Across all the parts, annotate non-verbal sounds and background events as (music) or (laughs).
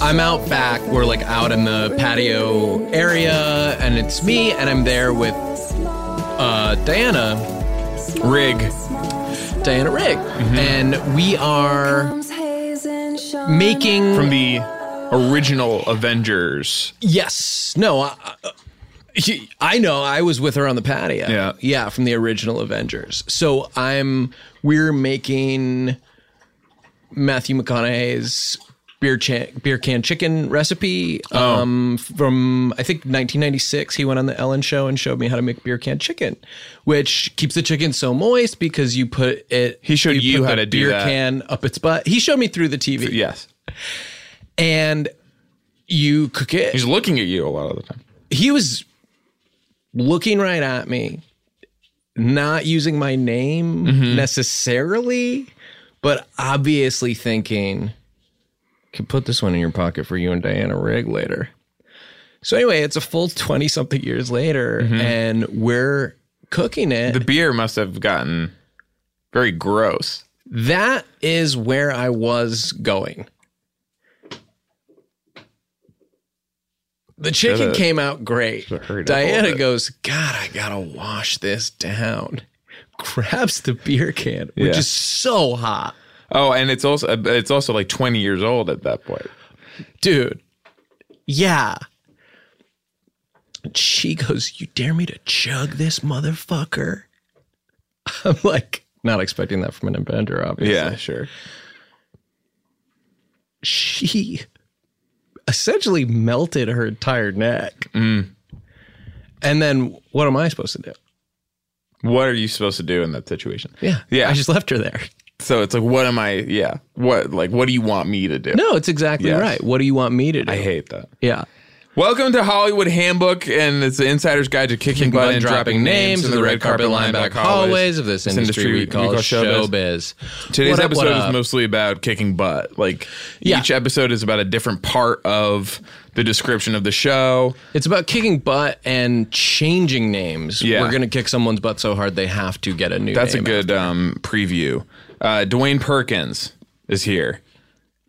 I'm out back. We're like out in the patio area, and it's me, and I'm there with uh, Diana Rigg. Diana Rigg. And we are making. from the original Avengers. Yes. No, I, I- I know. I was with her on the patio. Yeah. Yeah, from the original Avengers. So I'm. We're making Matthew McConaughey's beer chan, beer can chicken recipe Oh. um, from I think 1996. He went on the Ellen Show and showed me how to make beer can chicken, which keeps the chicken so moist because you put it. He showed you put how the to do beer that. can up its butt. He showed me through the TV. Yes. and you cook it He's looking at you a lot of the time. he was looking right at me, not using my name necessarily, but obviously thinking, could put this one in your pocket for you and Diana Rigg later. So anyway, it's a full 20 something years later and we're cooking it. The beer must have gotten very gross. that is where I was going. The chicken That, uh, came out great. that hurt a little Diana bit. goes, God, I gotta wash this down. (laughs) Grabs the beer can, which Yeah. is so hot. Oh, and it's also it's also like 20 years old at that point. Dude, yeah. She goes, You dare me to chug this motherfucker? (laughs) I'm like, not expecting that from an inventor, obviously. sure. she essentially melted her entire neck. Mm. And then what am I supposed to do? What are you supposed to do in that situation? Yeah. Yeah. I just left her there. So it's like what am I yeah. What like what do you want me to do? No, it's exactly Yes. right. What do you want me to do? I hate that. Yeah. Welcome to Hollywood Handbook, and it's the insider's guide to kicking, butt and dropping names in the red carpet, lineback hallways of this industry we call showbiz. Today's What up, what episode up? is mostly about kicking butt. Like Yeah. each episode is about a different part of the description of the show. It's about kicking butt and changing names. Yeah. We're going to kick someone's butt so hard they have to get a new That's a name good um, preview. Uh, Dwayne Perkins is here.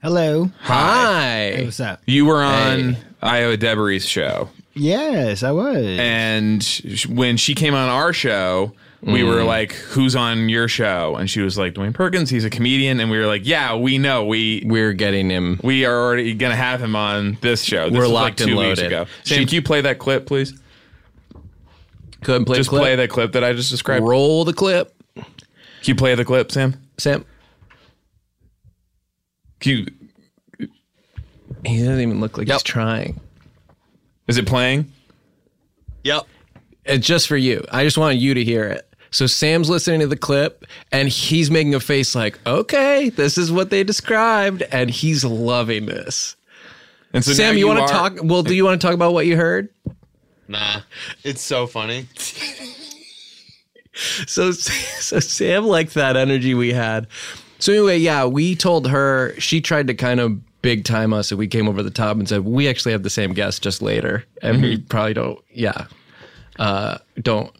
Hello. Hi. What's up? You were on Iowa Debery's show, Yes, I was. and sh- when she came on our show, we Mm. were like, "Who's on your show?" And she was like, "Dwayne Perkins. He's a comedian." And we were like, "Yeah, we know. We We're getting him. we are already gonna have him on this show. This We're was, locked and weeks loaded. ago. Sam, She- can you play that clip, please? Go ahead and play Just the clip. play that clip that I just described. Roll the clip. Can you play the clip, Sam? Sam, Can you, He doesn't even look like he's Yep. trying. is it playing? Yep. It's just for you. I just wanted you to hear it. So Sam's listening to the clip and he's making a face like, okay, this is what they described. And he's loving this. And so Sam, now you, want are- to talk? Well, do you want to talk about what you heard? Nah, it's so funny. So, (laughs) so Sam liked that energy we had. So anyway, yeah, we told her, she tried to kind of big time us and we came over the top and said, we actually have the same guest just later. And we Mm-hmm. probably don't, yeah, uh, (coughs) don't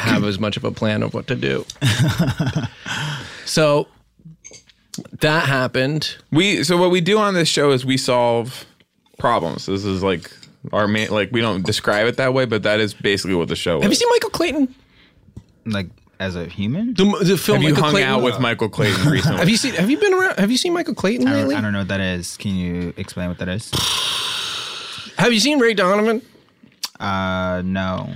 have as much of a plan of what to (laughs) do. so that happened. We so what we do on this show is we solve problems. This is like our main like we don't describe it that way, but that is basically what the show Have you is. seen Michael Clayton? like as a human? The, the film Have you Michael hung Clayton? out with (laughs) Michael Clayton recently? Have you seen, have you been around, have you seen Michael Clayton I don't, lately? I don't know what that is. Can you explain what that is? Have you seen Ray Donovan? Uh, no.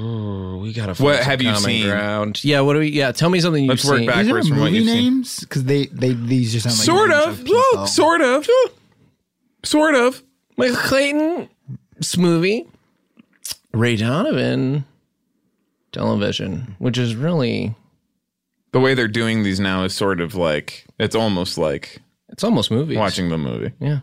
We gotta What find some have you common seen? ground. Yeah, what do we? Yeah, tell me something you've Let's work seen. back. Is there Backwards from what movie you've seen. names? Because they, they these just sound like sort names of, people. Look, sort of, sort of. Michael Clayton, this movie, Ray Donovan television, which is really The way they're doing these now is sort of like it's almost like it's almost movies. watching the movie. Yeah.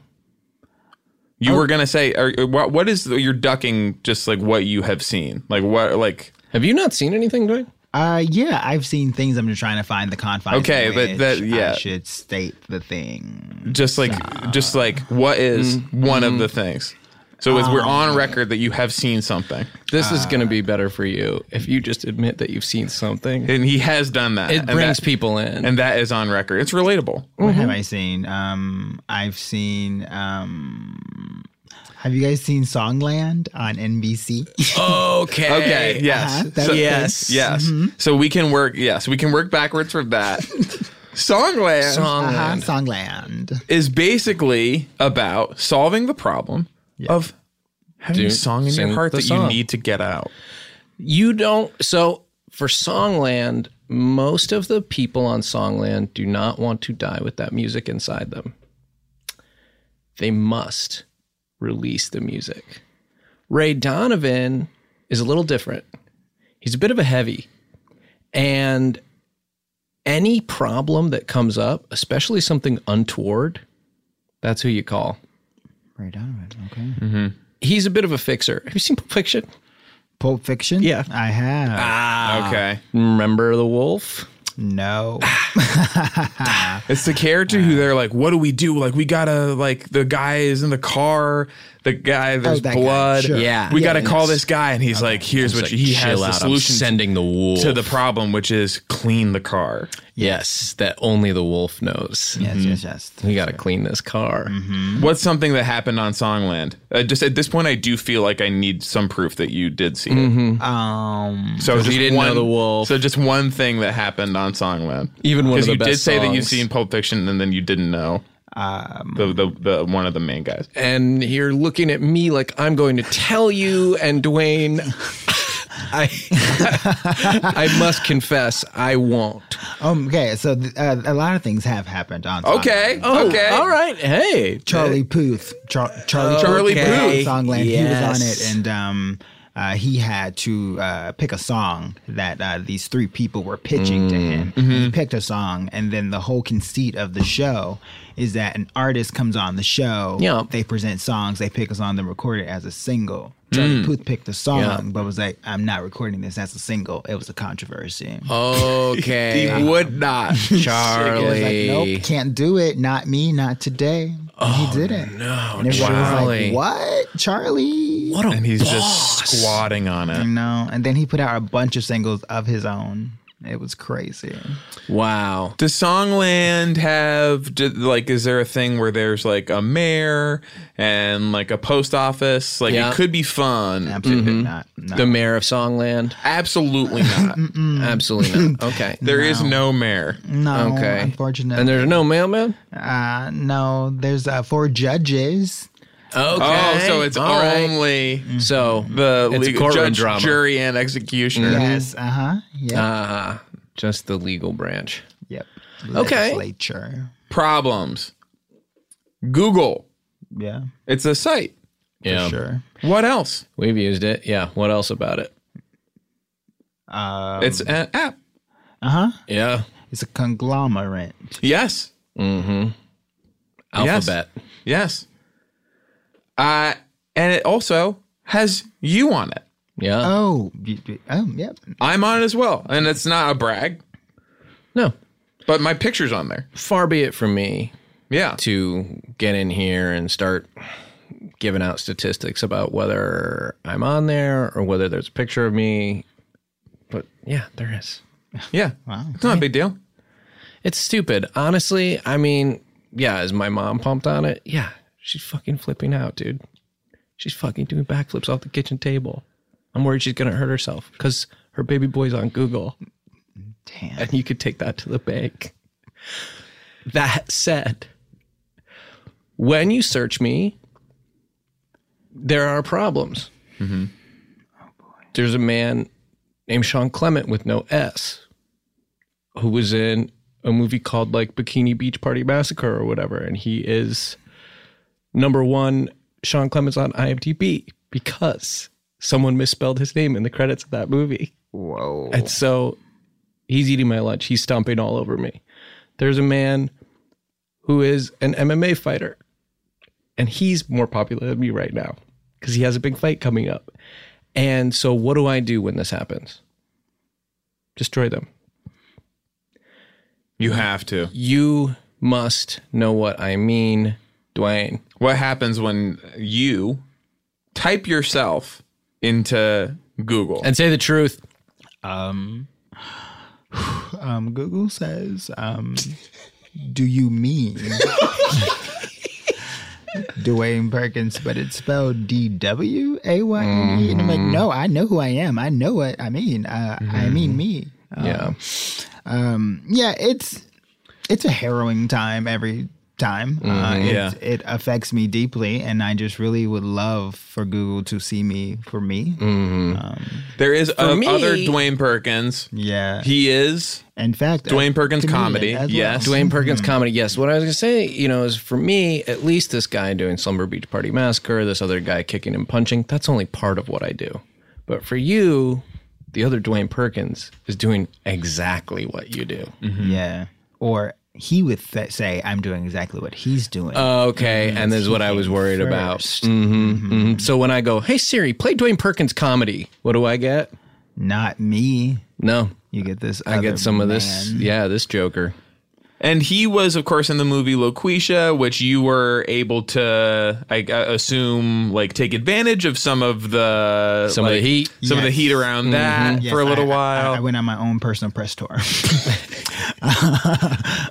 You Oh. were gonna say, are, what, what is you're ducking? Just like what you have seen, like what, like Have you not seen anything, Dwight? Uh, yeah, I've seen things. I'm just trying to find the confines. in Okay, but which that- I yeah. should state the thing. just like just like what is Mm-hmm. one of the things? So it's, we're Um, on record that you have seen something, This Uh, is going to be better for you if you just admit that you've seen something. It, and he has done that. and brings that, people in. and that is on record. It's relatable. What have I seen? Um, I've seen. Um, have you guys seen Songland on NBC? okay. Okay. Yes. Uh-huh, that So- was good. Yes. Mm-hmm. Yes. So we can work. Yes, we can work backwards (laughs) from that. Songland Songland. Uh-huh, (laughs) Songland. is basically about solving the problem of having a Do- song in your sing heart the that you song. need to get out. You don't. So for Songland, most of the people on Songland do not want to die with that music inside them. They must release the music. Ray Donovan is a little different. He's a bit of a heavy. And any problem that comes up, especially something untoward, that's who you call. Ray Donovan. Okay. He's a bit of a fixer. Have you seen Pulp Fiction? Pulp Fiction. Yeah. I have. Ah. Ah. okay. Remember the Wolf? No. Ah. It's the character who they're like, what do we do? Like, we gotta, like, the guy is in the car, the guy, there's Oh, that guy, blood. sure. Yeah. We Yeah, gotta and call it's- this guy. And he's like, here's what It's like, he has chill the out, I'm solution sending the wolf to the problem, which is clean the car. yes that only the wolf knows. Mm-hmm. yes, yes, Mm-hmm. yes. We got to clean this car. What's something that happened on Songland? Uh, just at this point, I do feel like I need some proof that you did see Mm-hmm. it. Um, So just you didn't know the wolf. So just one thing that happened on Songland. Even one of because the you did best say that you've songs. seen Pulp Fiction and then you didn't know Um. the, the the one of the main guys. Eh. And you're looking at me like I'm going to tell you. And Dwayne, (laughs) I I must confess I won't. um, okay, so th- uh, a lot of things have happened on. Songland. Okay. Oh. okay. all right. Hey, Charlie Puth. Char- Charlie Uh, Charlie Puth. Puth. on Songland. He was Yes. on it, and um, uh, he had to uh, pick a song that uh, these three people were pitching to him. He picked a song, and then the whole conceit of the show is that an artist comes on the show. Yeah. They present songs. They pick a song. They record it as a single. Mm. Charlie Puth picked the song, Yeah. but was like, "I'm not recording this as a single." It was a controversy. Oh. Okay. (laughs) he would not, It was like, Charlie. Oh, nope, can't do it. Not me. Not today. he didn't. No, and everybody Charlie. was like, "What, Charlie?" What a And he's boss. just squatting on it. No, and then he put out a bunch of singles of his own. It was crazy. wow. Does Songland have d- like? Is there a thing where there's like a mayor and like a post office? Like Yeah. it could be fun. Absolutely Mm-hmm. not. No. The mayor of Songland? Absolutely (laughs) not. Absolutely (laughs) not. Okay. There is no mayor. Hmm. no, okay. unfortunately. And there's no mailman? uh, no, there's uh, four judges. Okay. Oh, so it's All right. only So the Mm-hmm. it's legal courtroom judge, drama. jury, and executioner. Mm-hmm. Yes, uh huh. Yeah. Ah, just the legal branch. yep. okay. Legislature. Problems. Google. Yeah. It's a site. Yeah, Sure. What else? we've used it. Yeah. What else about it? Uh It's Um, an app. huh. Yeah. It's a conglomerate. Yes. Yes. Alphabet. Yes. Uh, and it also has you on it. Yeah. Oh. y- y- Oh. Yep. I'm on it as well. And it's not a brag, no. but my picture's on there. Far be it from me Yeah. to get in here and start giving out statistics about whether I'm on there or whether there's a picture of me. But yeah, there is. Yeah. It's not a big deal. It's stupid. Honestly, I mean, yeah, is my mom pumped on it? Yeah. She's fucking flipping out, dude. She's fucking doing backflips off the kitchen table. I'm worried she's gonna hurt herself because her baby boy's on Google Damn. and you could take that to the bank. That said, when you search me, there are problems. There's a man named Sean Clement with no S who was in a movie called like Bikini Beach Party Massacre or whatever. And he is number one, Sean Clement's on IMDb. because someone misspelled his name in the credits of that movie. Whoa. And so he's eating my lunch. He's stomping all over me. There's a man who is an MMA fighter, and he's more popular than me right now because he has a big fight coming up. And so, what do I do when this happens? Destroy them. You have to. You must know what I mean, Dwayne. What happens when you type yourself into Google? And say the truth. Um, um, Google says, um, do (laughs) you mean Dwayne Perkins, but it's spelled D W A Y N E? And I'm like, Mm-hmm. no, I know who I am. I know what I mean. Uh, I mean me. Uh, Yeah. um, yeah, it's it's a harrowing time every time. uh, it, Mm-hmm. yeah. it affects me deeply, and I just really would love for Google to see me for me. Mm. there is a, me- other Dwayne Perkins. Yeah. He is In fact, a Dwayne Perkins comedian comedy, as yes. Dwayne Mm-hmm. Perkins comedy. Yes. What I was going to say, you know, is for me, at least this guy doing Slumber Beach Party Massacre, this other guy kicking and punching, that's only part of what I do. But for you, the other Dwayne Perkins is doing exactly what you do. Yeah. Or he would th- say, I'm doing exactly what he's doing. Uh, Mm-hmm. Okay. and this is what I was worried about. hmm So when I go, hey, Siri, play Dwayne Perkins comedy, what do I get? Not me. No. You get this. I other get some of this. man. Yeah, this Joker. And he was, of course, in the movie Loquisha, which you were able to, I I assume, like take advantage of some of the Some of the like, heat. some of the Yes. heat around that Yes, for a little I- I- while. I, I went on my own personal press (laughs) tour. (laughs)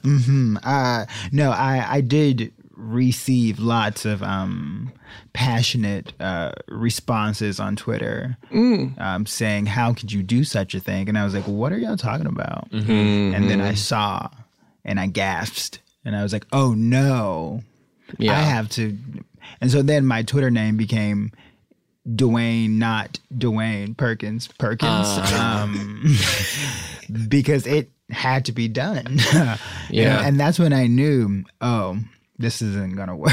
hmm uh, no, I, I did receive lots of um, passionate uh, responses on Twitter Mm. um, saying, How could you do such a thing? And I was like, What are y'all talking about? Mm-hmm. And then I saw and I gasped and I was like, Oh no. Yeah. I have to. And so then my Twitter name became Dwayne, not Dwayne Perkins, Perkins, Uh. um, (laughs) because it had to be done. (laughs) You know, Yeah. and that's when I knew, oh, this isn't going to (laughs) work.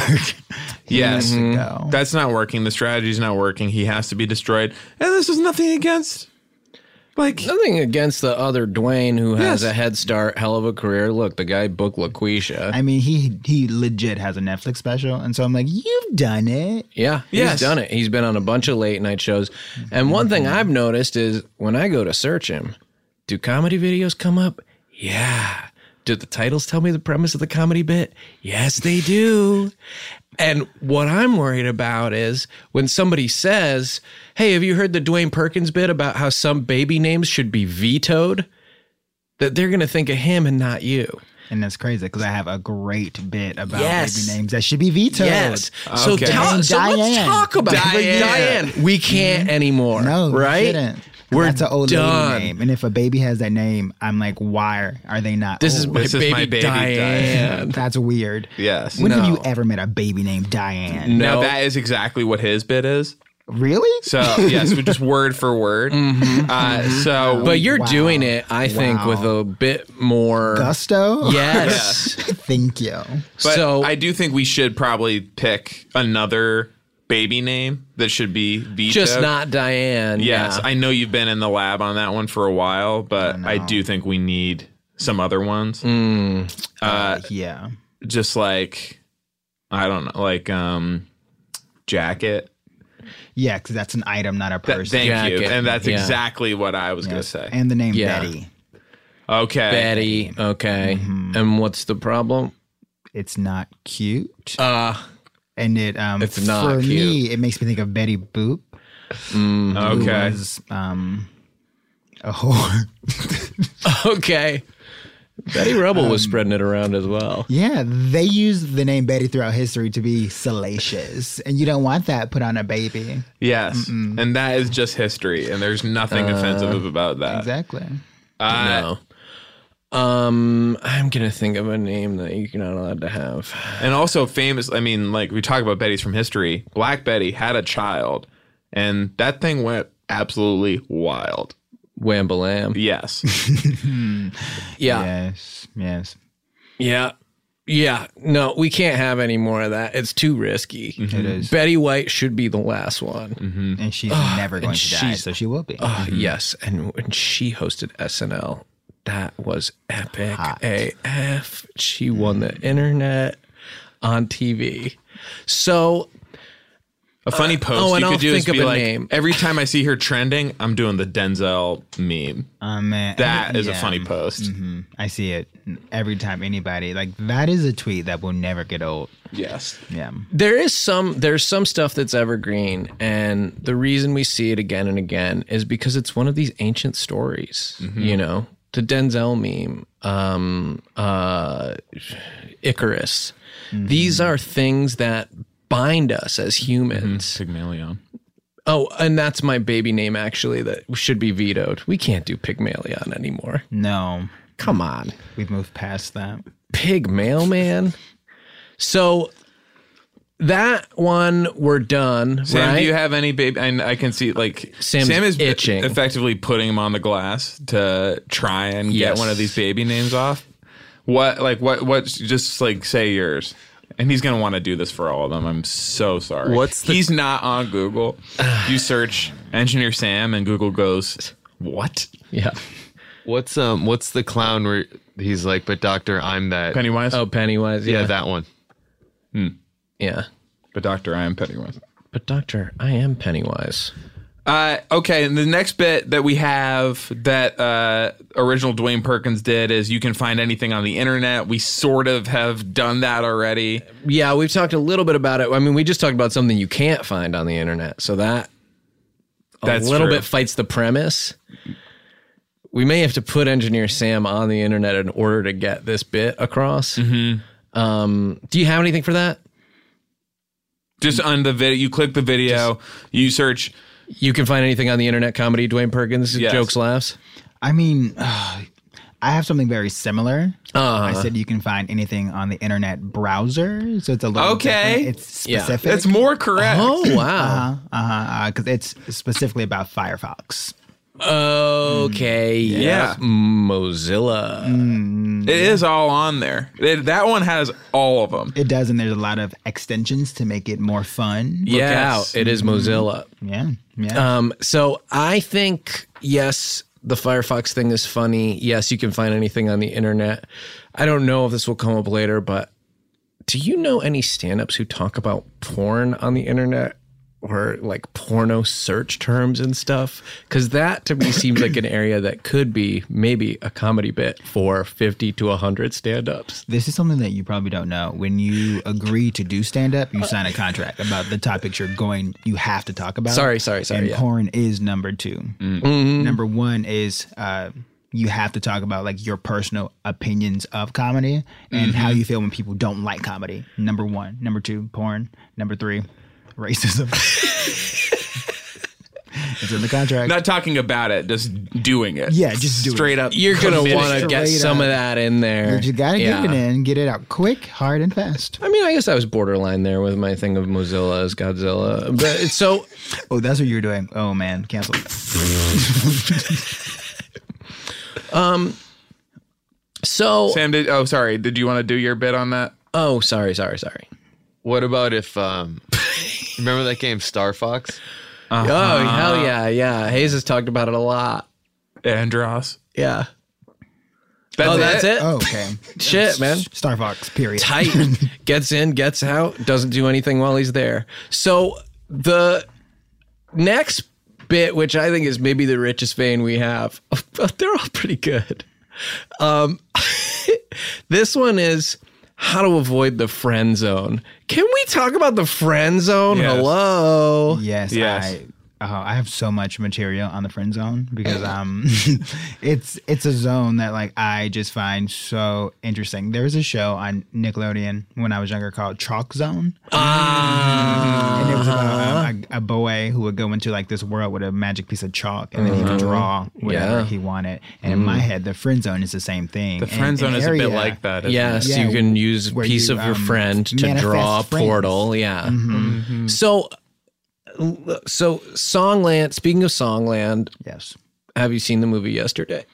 He Yes. has to Mm-hmm. Mhm. go. That's not working. The strategy's not working. He has to be destroyed. And this is nothing against, like, Nothing against the other Dwayne who has Yes. a head start, hell of a career. Look, the guy booked LaQuisha. I mean, he he legit has a Netflix special, and so I'm like, you've done it. Yeah, Yes. he's done it. He's been on a bunch of late night shows. And one thing I've noticed is when I go to search him, do comedy videos come up? Yeah. Do the titles tell me the premise of the comedy bit? Yes, they do. and what I'm worried about is when somebody says, Hey, have you heard the Dwayne Perkins bit about how some baby names should be vetoed? That they're going to think of him and not you. And that's crazy because I have a great bit about Yes. baby names that should be vetoed. Yes. So, Okay. tell- so let's Diane. Mm-hmm. talk about Diane. Diane. Diane. We can't anymore. No, we right? shouldn't. We're That's an old done. lady name, and if a baby has that name, I'm like, why are they not? This is old? my, Oh, This is baby, my baby Diane. that's weird. yes. When have No. you ever met a baby named Diane? now No. that is exactly what his bit is. Really? (laughs) So, yes, we just word for word. Uh, so, but you're Wow. doing it, I think, Wow. with a bit more. Gusto? Yes. (laughs) Thank you. But so I do think we should probably pick another baby name that should be vetoed. just not Diane. Yes, yeah. I know you've been in the lab on that one for a while, but I, do think we need some other ones. Uh, yeah. Just like I don't know, like um, jacket. Yeah, because that's an item, not a Th- person. thank you, Jacket, and that's yeah. exactly what I was gonna say. And the name Yeah. Betty. Okay, Betty. Okay. Mm-hmm. And what's the problem? (laughs) It's not cute. Uh, and it um It's not for cute. me, it makes me think of Betty Boop. who okay, Mm-hmm. was, um a whore. okay. Betty Rubble was Um, spreading it around as well. Yeah, they use the name Betty throughout history to be salacious, and you don't want that put on a baby. yes, and that is just history, and there's nothing Uh, offensive about that. Exactly. Uh, no. Um, I'm gonna think of a name that you're not allowed to have. And also famous. I mean, like we talk about Betty's from history. Black Betty had a child, and that thing went absolutely wild. (laughs) Whambalam. Yes. uh, Yeah. Yes. Yes. Yeah. Yeah, no, we can't have any more of that. It's too risky. Mm-hmm. It is. Mm-hmm. Betty White should be the last one. Mm. and she's never going to die, she's- so she will be. Oh, yes. And when she hosted SNL, that was epic AF. She Mm. won the internet on TV. So A funny post oh, and you I'll could do is think of be a like, name. every time I see her trending, I'm doing the Denzel meme. Oh, man. That is Yeah. a funny post. Mhm. I see it every time anybody like that is a tweet that will never get old. Yes. Yeah. there is some there's some stuff that's evergreen and the reason we see it again and again is because it's one of these ancient stories Mm-hmm. you know the denzel meme um uh icarus Mm-hmm. these are things that bind us as Mm-hmm. humans Pygmalion. oh and that's my baby name actually that should be vetoed we can't do pygmalion anymore Mm-hmm. No, come on we've moved past that. pig mailman so that one we're done Sam, right do you have any baby? And I can see like Sam's Sam is itching. effectively putting him on the glass to try and Yes. get one of these baby names off. What like what what? Just like say yours. And he's gonna want to do this for all of them. I'm so sorry. What's the- he's not on Google. you search engineer Sam and Google goes what Yeah. What's um? What's the clown where he's like, but doctor, I'm that. Pennywise. Oh, Oh, Pennywise. yeah, Yeah. that one. yeah. but Doctor, I am Pennywise. But Doctor, I am Pennywise. Uh, okay, and the next bit that we have that uh, original Dwayne Perkins did is you can find anything on the internet. We sort of have done that already. Yeah, we've talked a little bit about it. I mean, we just talked about something you can't find on the internet. So that a That's little true. bit fights the premise. We may have to put engineer Sam on the internet in order to get this bit across. Um, do you have anything for that? Just on the video, you click the video, you search. You can find anything on the internet comedy Dwayne Perkins Yes. jokes laughs. I mean, (sighs) I have something very similar. Uh-huh. I Uh-huh. said you can find anything on the internet browser, so it's a little Okay. different. It's Yeah. specific. That's more correct. Oh wow. uh-huh, uh-huh, because it's specifically about Firefox. Okay. Yeah. Mozilla. It is all on there. It- that one has all of them. It does, and there's a lot of extensions to make it more fun. Look Yes. out. It is Mozilla. Yeah, yeah. Um, so I think yes, the Firefox thing is funny. Yes, you can find anything on the internet. I don't know if this will come up later, but do you know any stand-ups who talk about porn on the internet or like porno search terms and stuff? Because that to me seems like an area that could be maybe a comedy bit for fifty to hundred stand-ups. This is something that you probably don't know. When you agree to do stand up, you sign a contract about the topics you're going, you have to talk about. Sorry, sorry, sorry, And yeah. Mm-hmm. porn is number 2 Number one is uh, you have to talk about like your personal opinions of comedy and how you feel when people don't like comedy. Number one. Number two, porn. Number three, (laughs) racism. it's in the contract. Not talking about it, just doing it. Yeah, just do it. straight up. You're gonna committing. want to get Straight some up. of that in there. you just gotta Yeah. get it in, get it out quick, hard, and fast. I mean, I guess I was borderline there with my thing of Mozilla as Godzilla. But it's so Oh, that's what you were doing. Oh man, cancel. so (laughs) Sam did. Oh, sorry. Did you want to do your bit on that? oh sorry, sorry, sorry. What about if (laughs) um? remember that game Star Fox? Uh-huh. Oh hell yeah, yeah. Hayes has talked about it a lot. Andros. Yeah. That's oh, that's it? (laughs) Oh, okay. Shit, man. Star Fox, period. Tight. gets in, gets out, doesn't do anything while he's there. So the next bit, which I think is maybe the richest vein we have, (laughs) they're all pretty good. Um, (laughs) this one is how to avoid the friend zone. Can we talk about the friend zone? Yes. Hello. Yes, Yes. I oh, I have so much material on the friend zone because um (laughs) it's it's a zone that like I just find so interesting. There was a show on Nickelodeon when I was younger called Chalk Zone. And it was about um, a, a boy who would go into like this world with a magic piece of chalk and then he Uh-huh. would draw whatever Yeah. he wanted. And in my head, the friend zone is the same thing. Mm. The friend zone is a bit like that. isn't it? Yes, Yeah, you can use a where piece you, of your um, friend to manifest draw a friends. Mm-hmm. portal. Yeah. So, so Songland. Speaking of Songland, Yes. have you seen the movie yesterday?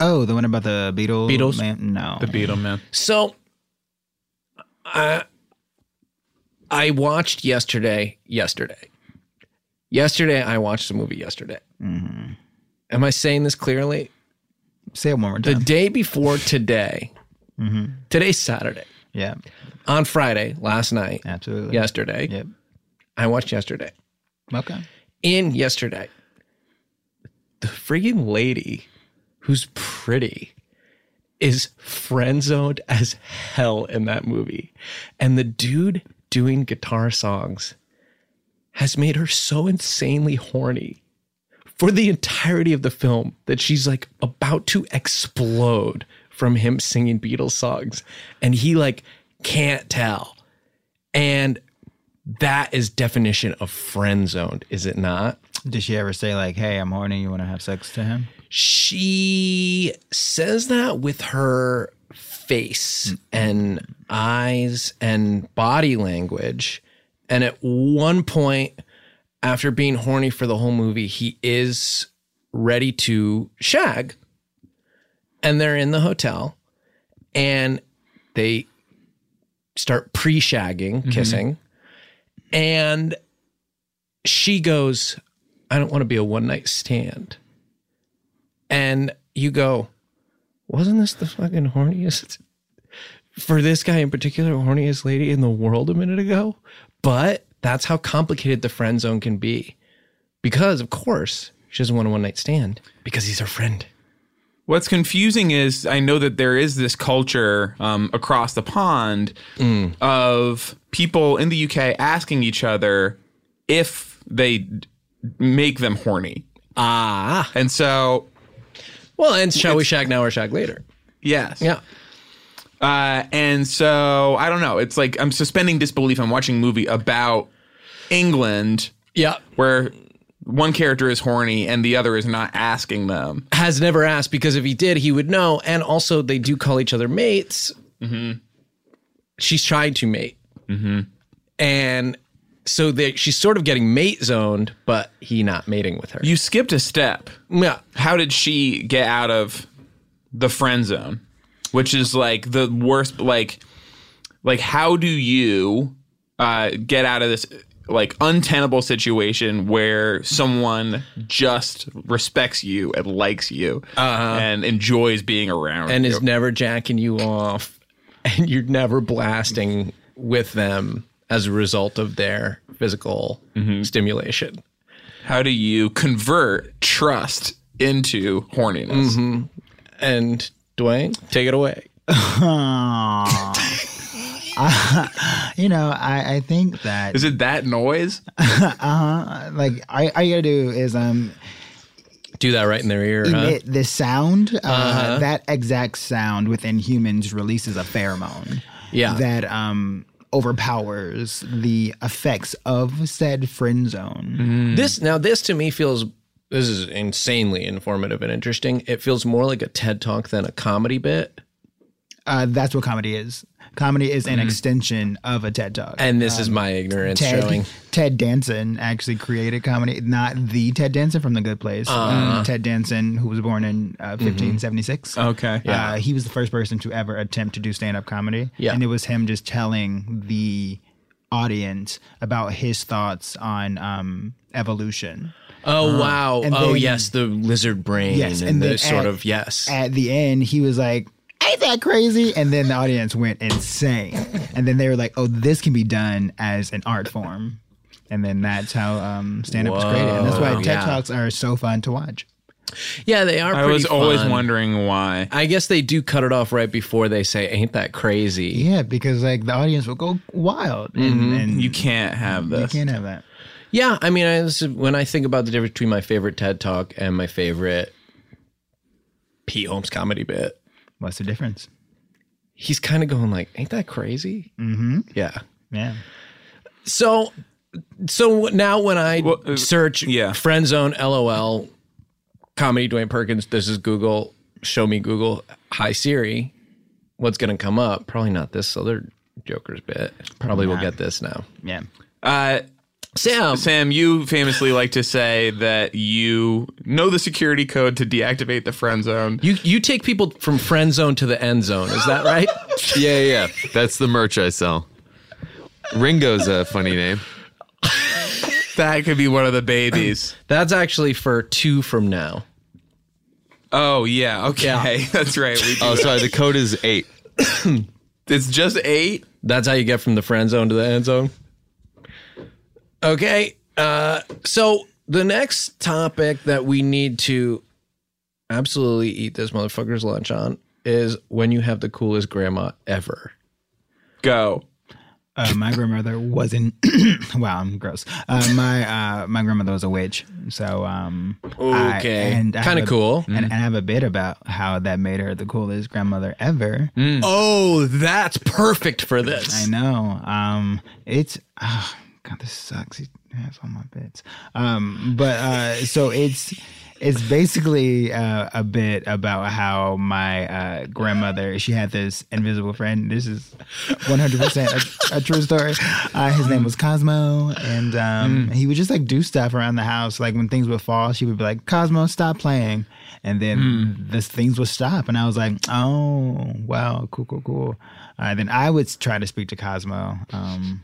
Oh, the one about the Beatles? Beatles? Man? No. The Beetle Man. So I watched yesterday. Yesterday, yesterday I watched the movie. Yesterday, am I saying this clearly? Say it one more The time. day before today, today's Saturday. yeah, On Friday, last night, absolutely. yesterday, Yep. I watched yesterday. Okay. In yesterday, the friggin' lady who's pretty is friend zoned as hell in that movie. And the dude doing guitar songs has made her so insanely horny for the entirety of the film that she's like about to explode from him singing Beatles songs. And he like can't tell. And that is definition of friend zoned, is it not? Did she ever say like, "Hey, I'm horny. You want to have sex to him"? She says that with her face and eyes and body language. And at one point, after being horny for the whole movie, he is ready to shag. And they're in the hotel and they start pre shagging, kissing. And she goes, I don't want to be a one night stand and you go, wasn't this the fucking horniest for this guy in particular, horniest lady in the world a minute ago? But that's how complicated the friend zone can be. Because of course she doesn't want a one night stand because he's her friend. What's confusing is I know that there is this culture um, across the pond Mm. of people in the UK asking each other if they d- make them horny. Ah. And so, Well, and shall we shag now or shag later? yes. Yeah. Uh, and so, I don't know. It's like I'm suspending disbelief. I'm watching a movie about England Yeah. where one character is horny and the other is not asking them. Has never asked because if he did, he would know. And also they do call each other mates. Mm-hmm. She's trying to mate. Mm-hmm. And so they, she's sort of getting mate zoned, but he not mating with her. You skipped a step. Yeah. how did she get out of the friend zone which is like the worst like like how do you uh get out of this like untenable situation where someone just respects you and likes you and enjoys being around Uh-huh. And you. is never jacking you off. (laughs) And you're never blasting with them as a result of their physical stimulation. how do you convert trust into horniness Mm-hmm. And Dwayne, take it away. You know, I, I think that is it that noise like I, I gotta do is um Do that right in their ear. Huh? emit the sound. Uh, That exact sound within humans releases a pheromone. Yeah. That um overpowers the effects of said friend zone. This now this to me feels Hmm. this is insanely informative and interesting. It feels more like a TED talk than a comedy bit. Uh, that's what comedy is. Comedy is an extension of a TED talk. And this is my ignorance Ted, showing. Ted Danson actually created comedy, not the Ted Danson from The Good Place. Uh-huh. Um, Ted Danson, who was born in uh, Mm-hmm. 1576. okay Uh, he was the first person to ever attempt to do stand up comedy. Yeah. And it was him just telling the audience about his thoughts on um, evolution. Oh wow. and oh then- yes, the lizard brain Yes, and, and the then sort at- of yes. At the end, he was like, Ain't that crazy? And then the audience went insane. And then they were like, Oh, this can be done as an art form. And then that's how um, stand up was created. And that's why Whoa. TED Yeah. Talks are so fun to watch. yeah, they are i pretty was always fun. wondering why I guess they do cut it off right before they say, "Ain't that crazy?" Yeah, because like the audience will go wild. And, Mm-hmm. and you can't have you this can't have that. Yeah, I mean, I, this is- when I think about the difference between my favorite TED Talk and my favorite Pete Holmes comedy bit, What's the difference? he's kind of going like, "Ain't that crazy?" Mm-hmm. Yeah. Yeah. So, so now when I Well, uh, search yeah. friend zone LOL comedy Dwayne Perkins, this is Google. Show me Google. Hi Siri, what's going to come up? Probably not this other Joker's bit. Probably we'll get this now. Yeah. Uh, Sam, Sam, you famously like to say that you know the security code to deactivate the friend zone. you you take people from friend zone to the end zone. Is that (laughs) right? Yeah, yeah. That's the merch I sell. Ringo's a funny name. That could be one of the babies. That's actually for two from now. (clears throat) oh yeah, okay, Yeah. (laughs) that's right. We do. Oh, sorry. The code is eight. it's just eight. That's how you get from the friend zone to the end zone. Okay. Uh, so the next topic that we need to absolutely eat this motherfucker's lunch on is when you have the coolest grandma ever. Go. Uh, my grandmother wasn't. (clears throat) wow, I'm gross. Uh, my uh, my grandmother was a witch, so um. I- Okay. and I have Kinda a- cool. Mm-hmm. And, and I have a bit about how that made her the coolest grandmother ever. Oh, that's perfect for I this. know. Um, it's ah, God, this sucks. He has all my bits. Um, but uh, so it's it's basically uh, a bit about how my uh, grandmother she had this invisible friend. This is one hundred percent a true story. Uh, his name was Cosmo, and um, he would just like do stuff around the house. Like when things would fall, she would be like, "Cosmo, stop playing." And then Hmm. the things would stop, and I was like, "Oh, wow, cool, cool, cool." Uh, then I would try to speak to Cosmo, um,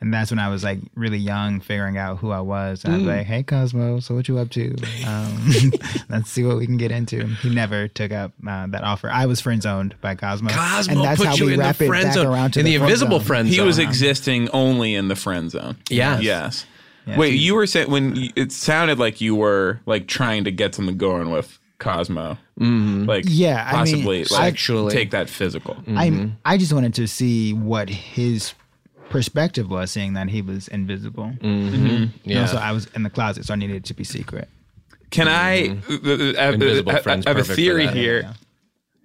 and that's when I was like really young, figuring out who I was. And I was Hmm. like, "Hey, Cosmo, so what you up to? Um, (laughs) let's see what we can get into." He never took up uh, that offer. I was friend zoned by Cosmo, Cosmo and that's put how you we in the wrap it friend back zone. around to in the, friend invisible zone. friend He zone. was existing only in the friend zone. Yes. Yes. Yeah. Wait, you were saying when you, it sounded like you were like trying to get something going with Cosmo, like Yeah, I mean, possibly like sexually. take that physical. Mm-hmm. I I just wanted to see what his perspective was, seeing that he was invisible. Mm-hmm. yeah. So I was in the closet, so I needed it to be secret. Can I? uh, I have- Mm-hmm. Invisible I, have- friend's I have a perfect for theory that. here.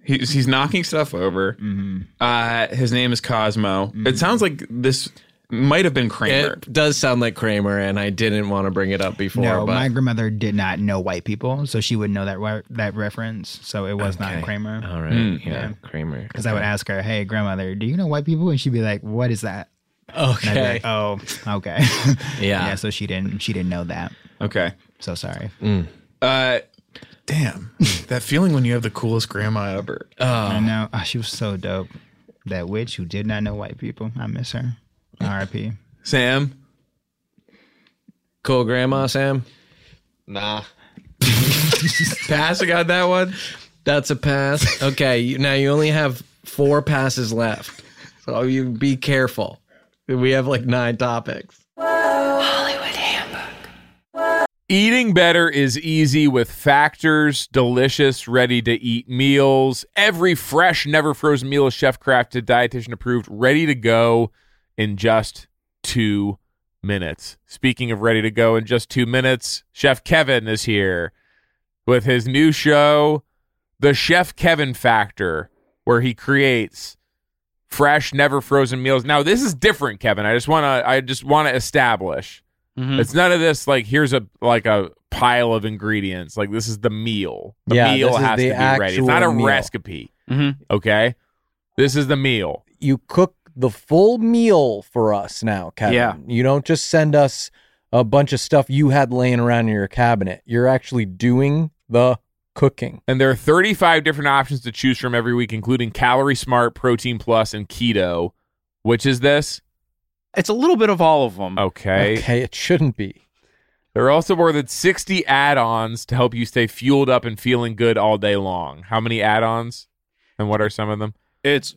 He's, he's knocking stuff over. Mm-hmm. Uh, his name is Cosmo. It sounds like this might have been Kramer. it does sound like Kramer, and I didn't want to bring it up before. No, but my grandmother did not know white people, so she would know that re- that reference. So it was not Kramer. all right, Hmm. yeah, Kramer. Because I would ask her, "Hey, grandmother, do you know white people?" And she'd be like, "What is that?" And I'd be Okay, like, "Oh, okay." (laughs) Yeah. yeah. So she didn't. She didn't know that. Okay. So sorry. Mm-hmm. Uh, (laughs) damn, that feeling when you have the coolest grandma ever. Uh, I know. Oh, she was so dope. That witch who did not know white people. I miss her. R.I.P. Sam, cool grandma Sam. Nah. passing on that one. That's a pass. Okay, you, now you only have four passes left, so you be careful. We have like nine topics. Eating better is easy with factors, delicious, ready to eat meals. Every fresh, never frozen meal is chef crafted, dietitian approved, ready to go in just two minutes. Speaking of ready to go in just two minutes, Chef Kevin is here with his new show, The Chef Kevin Factor, where he creates fresh, never frozen meals. Now, this is different, Kevin. I just want to I just want to establish Mm-hmm. it's none of this like here's a like a pile of ingredients. Like this is the meal. The Yeah, meal this is has the to be ready. It's not a actual meal. Mm-hmm. recipe. Okay? This is the meal. you cook the full meal for us now, Kevin. Yeah. You don't just send us a bunch of stuff you had laying around in your cabinet. You're actually doing the cooking. And there are 35 different options to choose from every week, including Calorie Smart, Protein Plus, and Keto. Which is this? It's a little bit of all of Oh. them. Okay. Okay, it shouldn't be. There are also more than 60 add ons to help you stay fueled up and feeling good all day long. How many add ons? And what are some of them? It's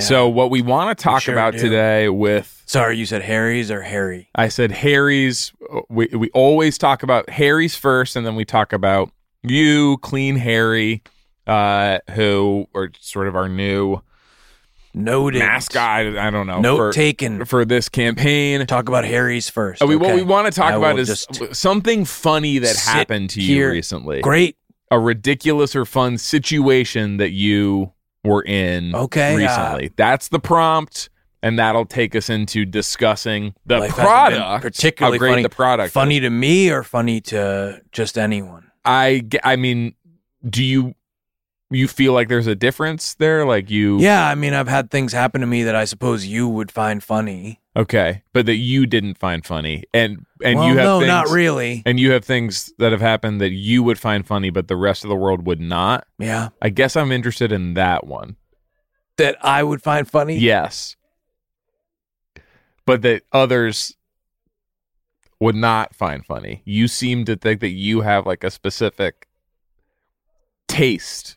So what we want to talk sure about do. today with Sorry, you said Harry's or Harry? I said Harry's. uh, We we always talk about Harry's first, and then we talk about you, Clean Harry, uh, who are sort of our new Noted. mascot. I don't know. Note for- taken. for this campaign. Talk about Harry's first. Uh, we, What okay? we want to talk I about will is just- something funny that sit happened to you here. recently. Great. A ridiculous or fun situation that you were in Okay, uh, recently. That's the prompt, and that'll take us into discussing the Life hasn't been product, how particularly great funny. the product. is. Funny to me or funny to just anyone? I, ge- I mean, do you you feel like there's a difference there? Like you, Yeah, I mean, I've had things happen to me that I suppose you would find funny. okay, but that you didn't find funny, and and Well, you have no, things, not really. and you have things that have happened that you would find funny, but the rest of the world would not. Yeah, I guess I'm interested in that one. that I would find funny. Yes, but that others would not find funny. You seem to think that you have like a specific taste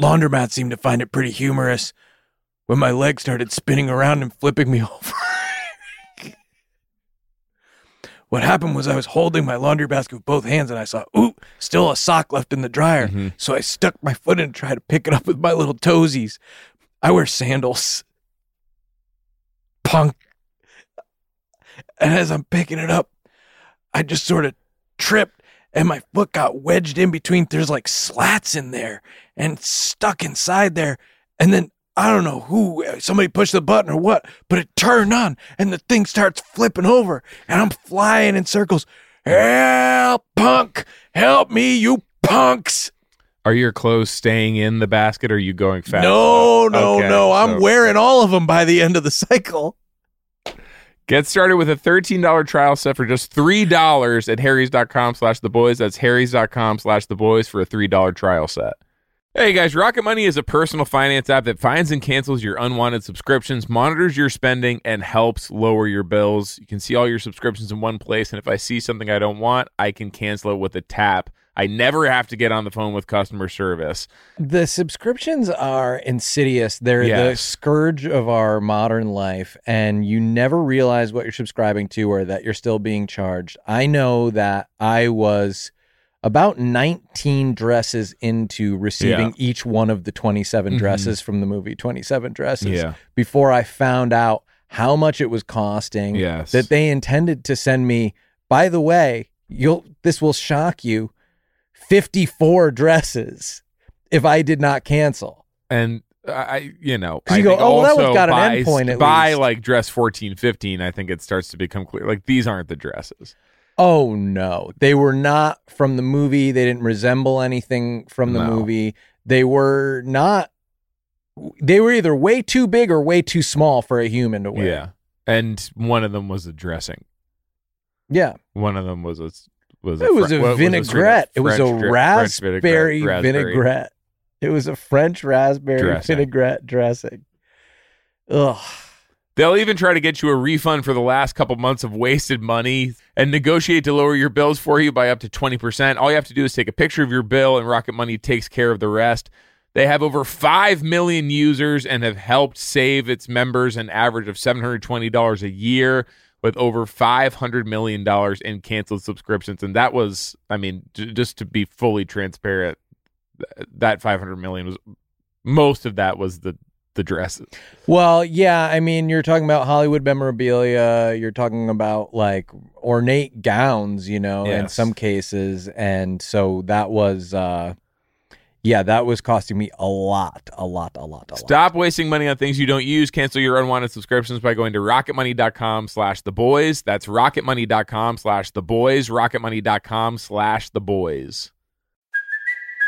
laundromat seemed to find it pretty humorous when my leg started spinning around and flipping me (laughs) over. what happened was I was holding my laundry basket with both hands and I saw, ooh, still a sock left in the dryer. Mhm. So I stuck my foot in and tried to pick it up with my little toesies. I wear sandals. Punk. And as I'm picking it up, I just sort of tripped and my foot got wedged in between. There's like slats in there and stuck inside there. And then I don't know who, somebody pushed the button or what, but it turned on and the thing starts flipping over and I'm flying in circles. Help, punk! Help me, you punks! Are your clothes staying in the basket or are you going fast? no, no, Okay, no. I'm so- wearing all of them by the end of the cycle. Get started with a $13 trial set for just $3 at harrys.com slash the boys. That's harrys.com slash the boys for a $3 trial set. Hey guys, Rocket Money is a personal finance app that finds and cancels your unwanted subscriptions, monitors your spending, and helps lower your bills. You can see all your subscriptions in one place, and if I see something I don't want, I can cancel it with a tap. I never have to get on the phone with customer service. The subscriptions are insidious. They're the Yes. scourge of our modern life, and you never realize what you're subscribing to or that you're still being charged. I know that I was about 19 dresses into receiving Yeah. each one of the 27 Mhm. dresses from the movie 27 Dresses Yeah. before I found out how much it was costing. Yes. That they intended to send me, by the way, you'll this will shock you. 54 dresses if I did not cancel. And I, you know, 'Cause I you go, think "Oh, well, that also one's got an by- endpoint at by least. like dress fourteen, fifteen, I think it starts to become clear. Like these aren't the dresses. Oh no, they were not from the movie. They didn't resemble anything from the No. movie. They were not. They were either way too big or way too small for a human to wear. Yeah, and one of them was a dressing. Yeah. One of them was a s- was It was fr- a what straight up vinaigrette. It was a French dri- French raspberry vinaigrette. It was a French raspberry Dressing. vinaigrette dressing. Ugh. They'll even try to get you a refund for the last couple months of wasted money and negotiate to lower your bills for you by up to 20%. All you have to do is take a picture of your bill, and Rocket Money takes care of the rest. They have over 5 million users and have helped save its members an average of $720 a year with over $500 million in canceled subscriptions. And that was, I mean, j- just to be fully transparent, th- that 500 million was most of that was the the dresses. Well, yeah, I mean, you're talking about Hollywood memorabilia. You're talking about like ornate gowns, you know, in Yes. some cases, and so that was, uh yeah, that was costing me a lot, a lot, a lot, a lot. Stop wasting money on things you don't use. Cancel your unwanted subscriptions by going to rocketmoney.com slash the boys. That's rocketmoney.com slash the boys. Rocketmoney.com slash the boys.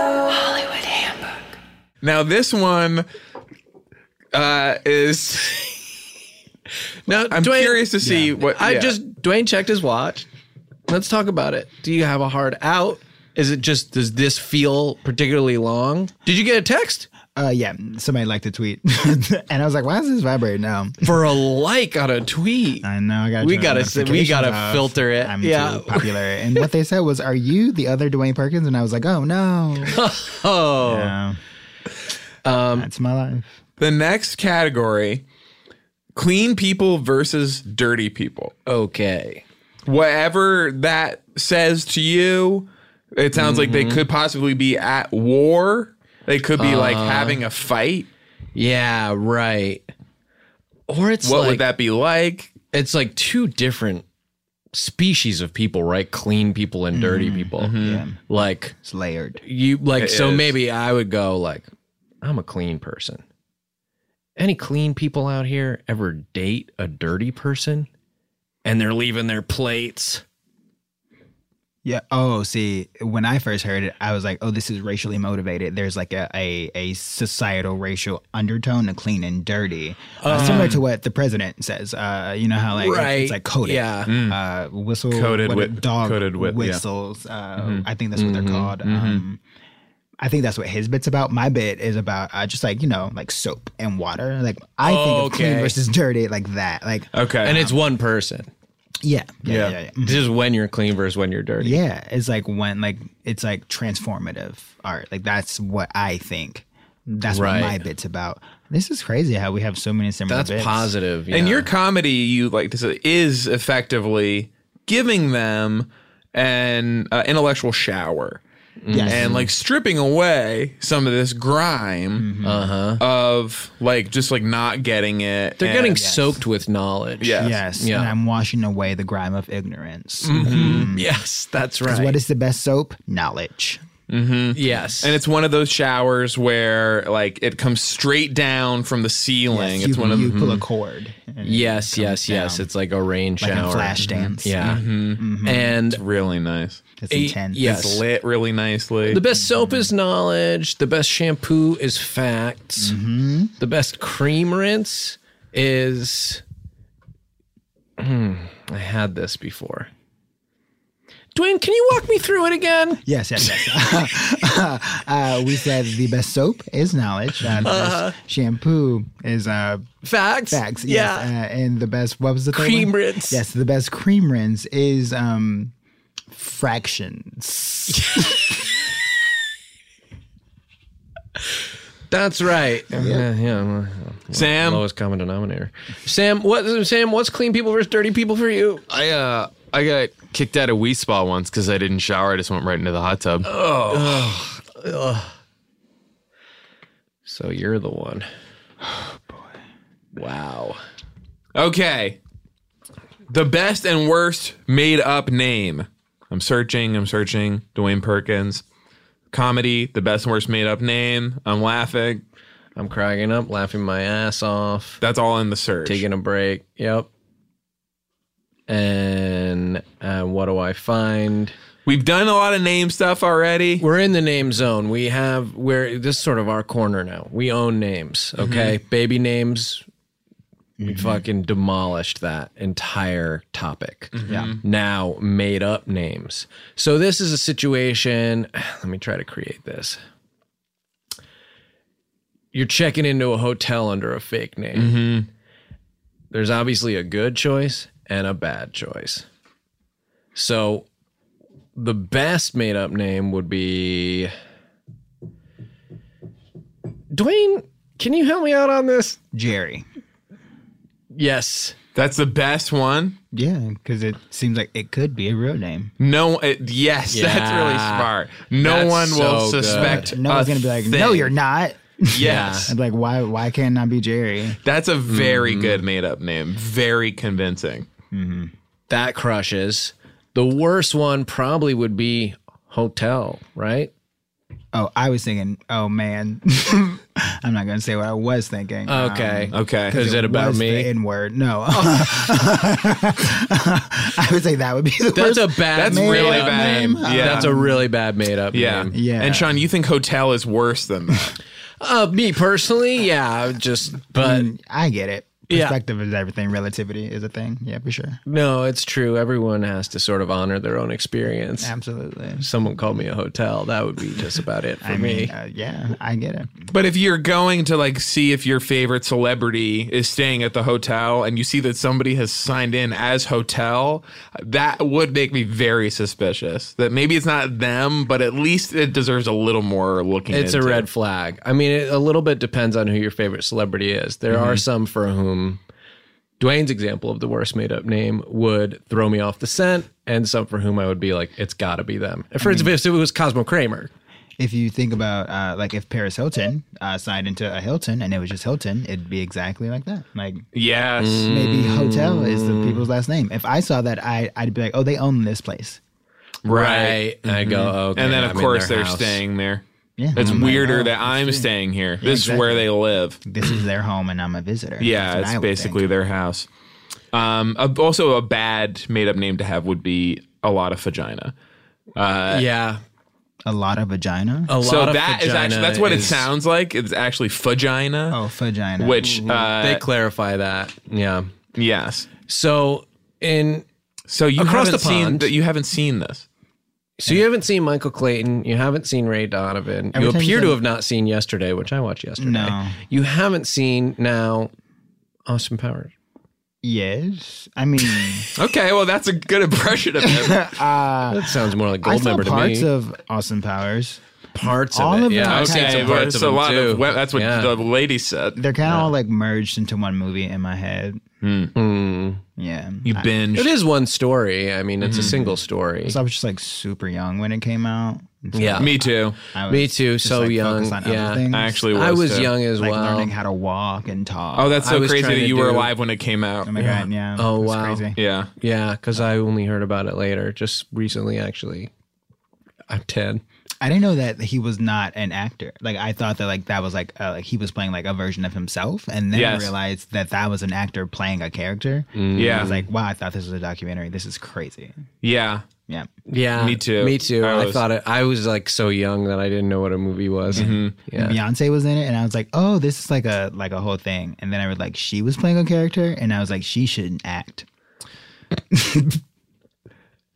Hollywood Handbook. Now this one uh, is. (laughs) Now, I'm Dwayne- curious to see what I yeah. just Dwayne checked his watch. Let's talk about it. Do you have a hard out? Is it just does this feel particularly long? Did you get a text? Uh, yeah, somebody liked a tweet, (laughs) and I was like, "Why is this vibrating now?" For a like on a tweet, I know. I got We gotta say- we gotta filter it. I'm Yeah. too popular. And what they said was, "Are you the other Dwayne Perkins?" And I was like, "Oh no, (laughs) Oh, um, that's my life." The next category clean people versus dirty people. Okay. Whatever that says to you, it sounds like they Mm-hmm. Mhm. could possibly be at war. They could be like Uh-huh. Uh, having a fight. Yeah, right. Or it's What would like, that be like? It's like two different species of people, right? Clean people and Mm-hmm. dirty people. Like it's layered. You like It so is. maybe I would go like I'm a clean person. Any clean people out here ever date a dirty person and they're leaving their plates? Yeah. Oh, see, when I first heard it, I was like, "Oh, this is racially motivated." There's like a a, a societal racial undertone to clean and dirty, uh, similar Um, to what the president says. Uh, you know how like it's- Right, it's like coded, yeah. uh, whistle, Coded what- whip- dog coded whip, yeah. whistles. Uh, Mhm. I think that's what Mhm, they're called. Um, I think that's what his bit's about. My bit is about uh, just like you know, like soap and water. Like I think of clean Okay. Uh, versus dirty, like that. Like Okay. And it's one person. yeah, yeah, yeah. yeah, Mm, This is when you're clean versus when you're dirty. yeah, it's like when like it's like transformative art. Like that's what I think. That's Right. what my bit's about. This is crazy how we have so many similar. That's bits. positive. And yeah. your comedy, you like to say, is effectively giving them an uh, intellectual shower. Yes. And like stripping away some of this grime Mm-hmm. Uh-huh. of like just like not getting it. They're getting soaked with knowledge. Yes. Yes, and I'm washing away the grime of ignorance. Mm-hmm. Yes, that's 'Cause What is the best soap? Knowledge. Mm-hmm. Yes. And it's one of those showers where like it comes straight down from the Yes, ceiling. you, it's one of you pull a Mhm. cord. Yes, yes, yes. It's like a rain Like in shower, Mm-hmm. Flashdance. Yeah, Mm-hmm. Mhm. and it's really nice. It's Eh, intense. Yes, It's lit really nicely. The best soap is knowledge. The best shampoo is facts. The best cream rinse is. Hmm, I had this before. Dwayne, can you walk me through it again? Yes, yes, (laughs) yes. (laughs) uh, we said the best soap is knowledge. Uh, the Uh-huh. best shampoo is uh, facts. Facts. Yeah. Yes. Uh, and the best. What was the third Cream one? rinse. Yes, the best cream rinse is um, fractions. (laughs) That's right. Yeah, yeah. well, Sam, lowest common denominator. Sam, what? Sam, what's clean people versus dirty people for you? I uh I got kicked out of Wee Spa once because I didn't shower. I just went right into the hot tub. Oh. So you're the one. Wow. Okay. The best and worst made up name. I'm searching, I'm searching. Dwayne Perkins. Comedy, the best and worst made up name. I'm laughing. I'm cracking up, laughing my ass off. That's all in the search. Taking a break. Yep. And uh, what do I find? We've done a lot of name stuff already. We're in the name zone. We have we're this is sort of our corner now. We own names. Okay, baby names. We fucking demolished that entire topic. Yeah. Now made up names. So this is a situation. (sighs) Let me try to create this. You're checking into a hotel under a fake name. There's obviously a good choice and a bad choice. So the best made up name would be Dwayne. Can you help me out on this? Jerry. Yes. That's the best one. Yeah, because it seems like it could be a real name. No, it, yes, (laughs) that's really Yeah. smart. No That's one will so good. suspect. No one's a gonna be like, thing. no, you're not. (laughs) Yes. I'd be like, why? Why can't I be Jerry? That's a very Mm-hmm. good made up name. Very convincing. That crushes. The worst one probably would be hotel, right? Oh, I was thinking. Oh man, (laughs) I'm not gonna say what I was thinking. Okay. Okay. 'cause Is it about Um, was me? The N (laughs) word. No. (laughs) I would say that would be the That's worst. a bad. That's made really up bad. Name. Yeah. That's a really bad made up. Yeah. Name. Yeah. And Sean, you think hotel is worse than that? Uh, me personally, yeah, I would just but Mm, I get it. Yeah. Perspective is everything. Relativity is a thing. Yeah, for sure. no, it's true. Everyone has to sort of honor their own experience. Absolutely. If someone called me a hotel, that would be just about it for I me. mean, uh, yeah, I get it. but if you're going to like see if your favorite celebrity is staying at the hotel and you see that somebody has signed in as hotel, that would make me very suspicious. That maybe it's not them, but at least it deserves a little more looking It's a into. red flag. I mean, it, a little bit depends on who your favorite celebrity is. There Mm-hmm. are some for whom Dwayne's example of the worst made up name would throw me off the scent, and some for whom I would be like, it's got to be them. For instance, if it was Cosmo Kramer, If you think about uh, like if Paris Hilton uh, signed into a Hilton and it was just Hilton, it'd be exactly like that. Like Yes. Mm. maybe hotel is the people's last name. If I saw that, I I'd be like, oh, they own this place. right? I go, okay. Mm-hmm. and then of I'm in course their they're house. staying there. Yeah. It's I'm like, weirder oh, that I'm staying here. this is where exactly. they live. This is their home, and I'm a visitor. Yeah, That's what I it's would think. basically their house. Um, a- also, a bad made up name to have would be a lot of vagina. Uh, Yeah. a lot of vagina. A lot so of that is vagina actually that's what it is- sounds like. It's actually vagina. Oh, vagina. which uh, Mm-hmm. They clarify that. Yeah. yes. So, in So you Across haven't the seen pond. that you haven't seen this. So you haven't seen Michael Clayton, you haven't seen Ray Donovan, Every you time you appear to said- have not seen yesterday, which I watched yesterday. No. You haven't seen now Austin Powers. Yes, I mean, Okay, well that's a good impression of (laughs) him. uh, That sounds more like I (laughs) gold saw member to parts me. of Austin Powers. parts of all it. of them yeah, are I've seen kind okay, some of- but parts it's of a them lot too. of well, that's what Yeah. the lady said. They're kind of all like merged into one movie in my head. Mm. Yeah, You I- binge. It is one story. I mean, it's a single story. Hmm. So I was just like super young when it came out. And so Yeah. Me too. I was Me too. just, So like, young. focused on yeah. other things. I actually was. I was too. young as like well. learning how to walk and talk. Oh, that's I so was crazy trying that to you were do- alive when it came out. Oh my god, yeah. Oh, It's wow. crazy. Yeah. yeah, because I only heard about it later, just recently, actually. I'm 10. I didn't know that he was not an actor. Like I thought that like that was like uh, like he was playing like a version of himself, and then Yes. I realized that that was an actor playing a character. Mm. Yeah. I was like, wow, I thought this was a documentary. This is crazy. Yeah. Yeah. Yeah. Me too. Me too. I I, was- thought it, I was like so young that I didn't know what a movie was. Yeah. And Beyonce was in it, and I was like, oh, this is like a like a whole thing. And then I was like, she was playing a character, and I was like, she shouldn't act.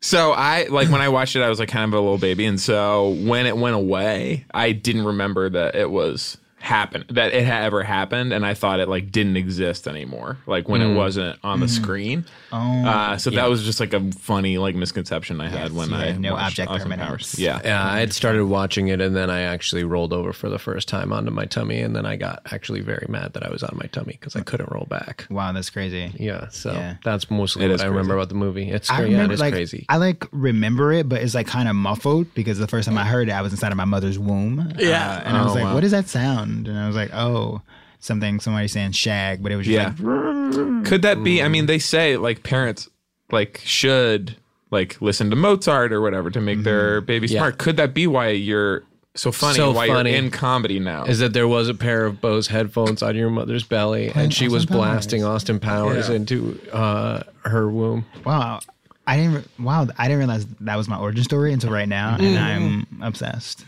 So I like when I watched it, I was like kind of a little baby, and so when it went away, I didn't remember that it was happened that it had ever happened, and I thought it like didn't exist anymore, like when Mm. it wasn't on the Mhm. screen. Oh. uh, so Yeah. that was just like a funny like misconception I had when yeah, I no watched object Austin permanence. Powers. Yeah, Yeah. I had started watching it and then I actually rolled over for the first time onto my tummy. And then I got actually very mad that I was on my tummy because I couldn't roll back. Wow, that's crazy. Yeah. So Yeah. that's mostly It what is I remember crazy. about the movie. It's I cra- yeah, it remember is like crazy. I like remember it, but it's like kind of muffled because the first time I heard it, I was inside of my mother's womb. Yeah. and I was Oh, like, wow. what is that sound? And I was like, oh, something somebody saying shag, but it was just yeah. like Could that be? I mean, they say like parents like should like listen to Mozart or whatever to make their baby Yeah. smart. Could that be why you're so funny? So why funny. you're in comedy now? is that there was a pair of Bose headphones on your mother's belly and she was blasting Austin Powers Yeah. into uh, her womb. Wow. I didn't. re- Wow, I didn't realize that was my origin story until right now, and Mm-hmm. I'm obsessed.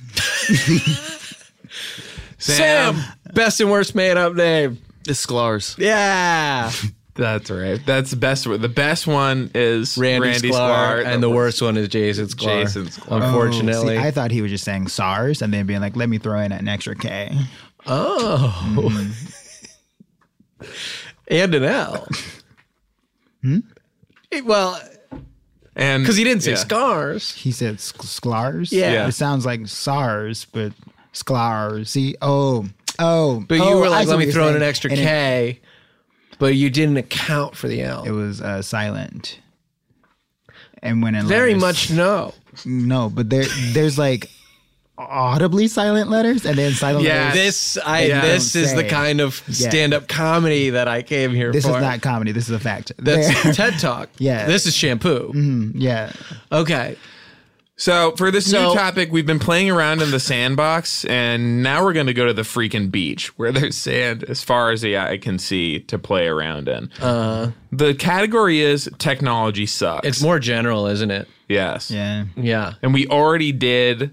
Sam, best and worst made up name. The Sklars. Yeah. That's right. That's the best. one. The best one is Randy, Randy, Sklar, Sklar, and the worst one is Jason Sklar. Jason Sklar. Unfortunately. Oh, see, I thought he was just saying SARS and then being like, "Let me throw in an extra K." Oh, and an L. Hmm? It- well, and because he didn't say yeah. scars. He said sk- "sklars." Yeah. Yeah. it sounds like SARS, but "sklars." See, oh, oh, But you oh, were I like, see let what me you're throw in an saying. extra And it- K, but you didn't account for the L. It was uh, silent. And when in Very letters- much no. no, but there there's like audibly silent letters and then silent letters. This I that you this don't is the say. kind of Yeah. stand up comedy that I came here This for. is not comedy. This is a fact. (laughs) There- (laughs) That's TED Talk. Yeah. This is shampoo. Mhm, yeah. Okay. So for this So- new topic, we've been playing around in the sandbox, and now we're going to go to the freaking beach where there's sand as far as the eye can see to play around in. Uh, the category is technology sucks. It's more general, isn't it? Yes. Yeah. Yeah. And we already did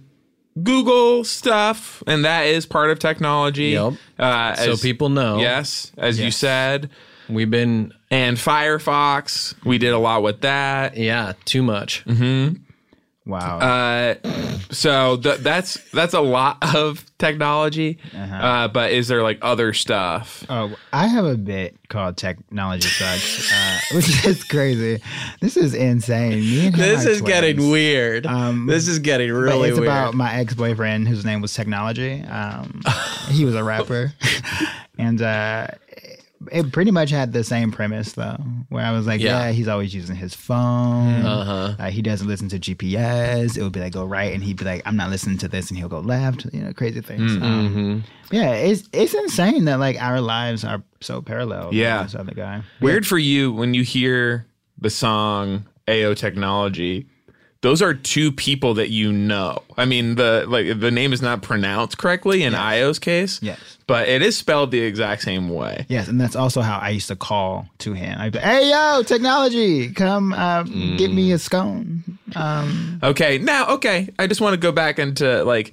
Google stuff, and that is part of technology. Yep. Uh, So people know. Yes, as you Yes. said. We've been and Firefox. We did a lot with that. Yeah, too much. Mm-hmm. Wow. Uh, so th- that's that's a lot of technology. uh but is there like other stuff? Oh, I have a bit called "Technology Sucks," uh, (laughs) which is crazy. This is insane. Me and him This are is getting twins. weird. this is getting really Um, but it's weird. about my ex-boyfriend whose name was Technology. Um, (laughs) he was a rapper, and uh, it pretty much had the same premise though, where I was like, Yeah. "Yeah, he's always using his phone. Uh-huh. Uh, he doesn't listen to GPS. It would be like go right, and he'd be like, "I'm not listening to this," and he'll go left. You know, crazy things. Um, yeah, it's it's insane that like our lives are so parallel. to Yeah. this other guy. Weird for you when you hear the song AO Technology. Those are two people that you know. I mean, the like the name is not pronounced correctly in IO's case. Yes. But it is spelled the exact same way. Yes, and that's also how I used to call to him. I'd be like, "Hey, yo, technology, come uh, get me a scone." Um, Okay, now okay, I just want to go back into like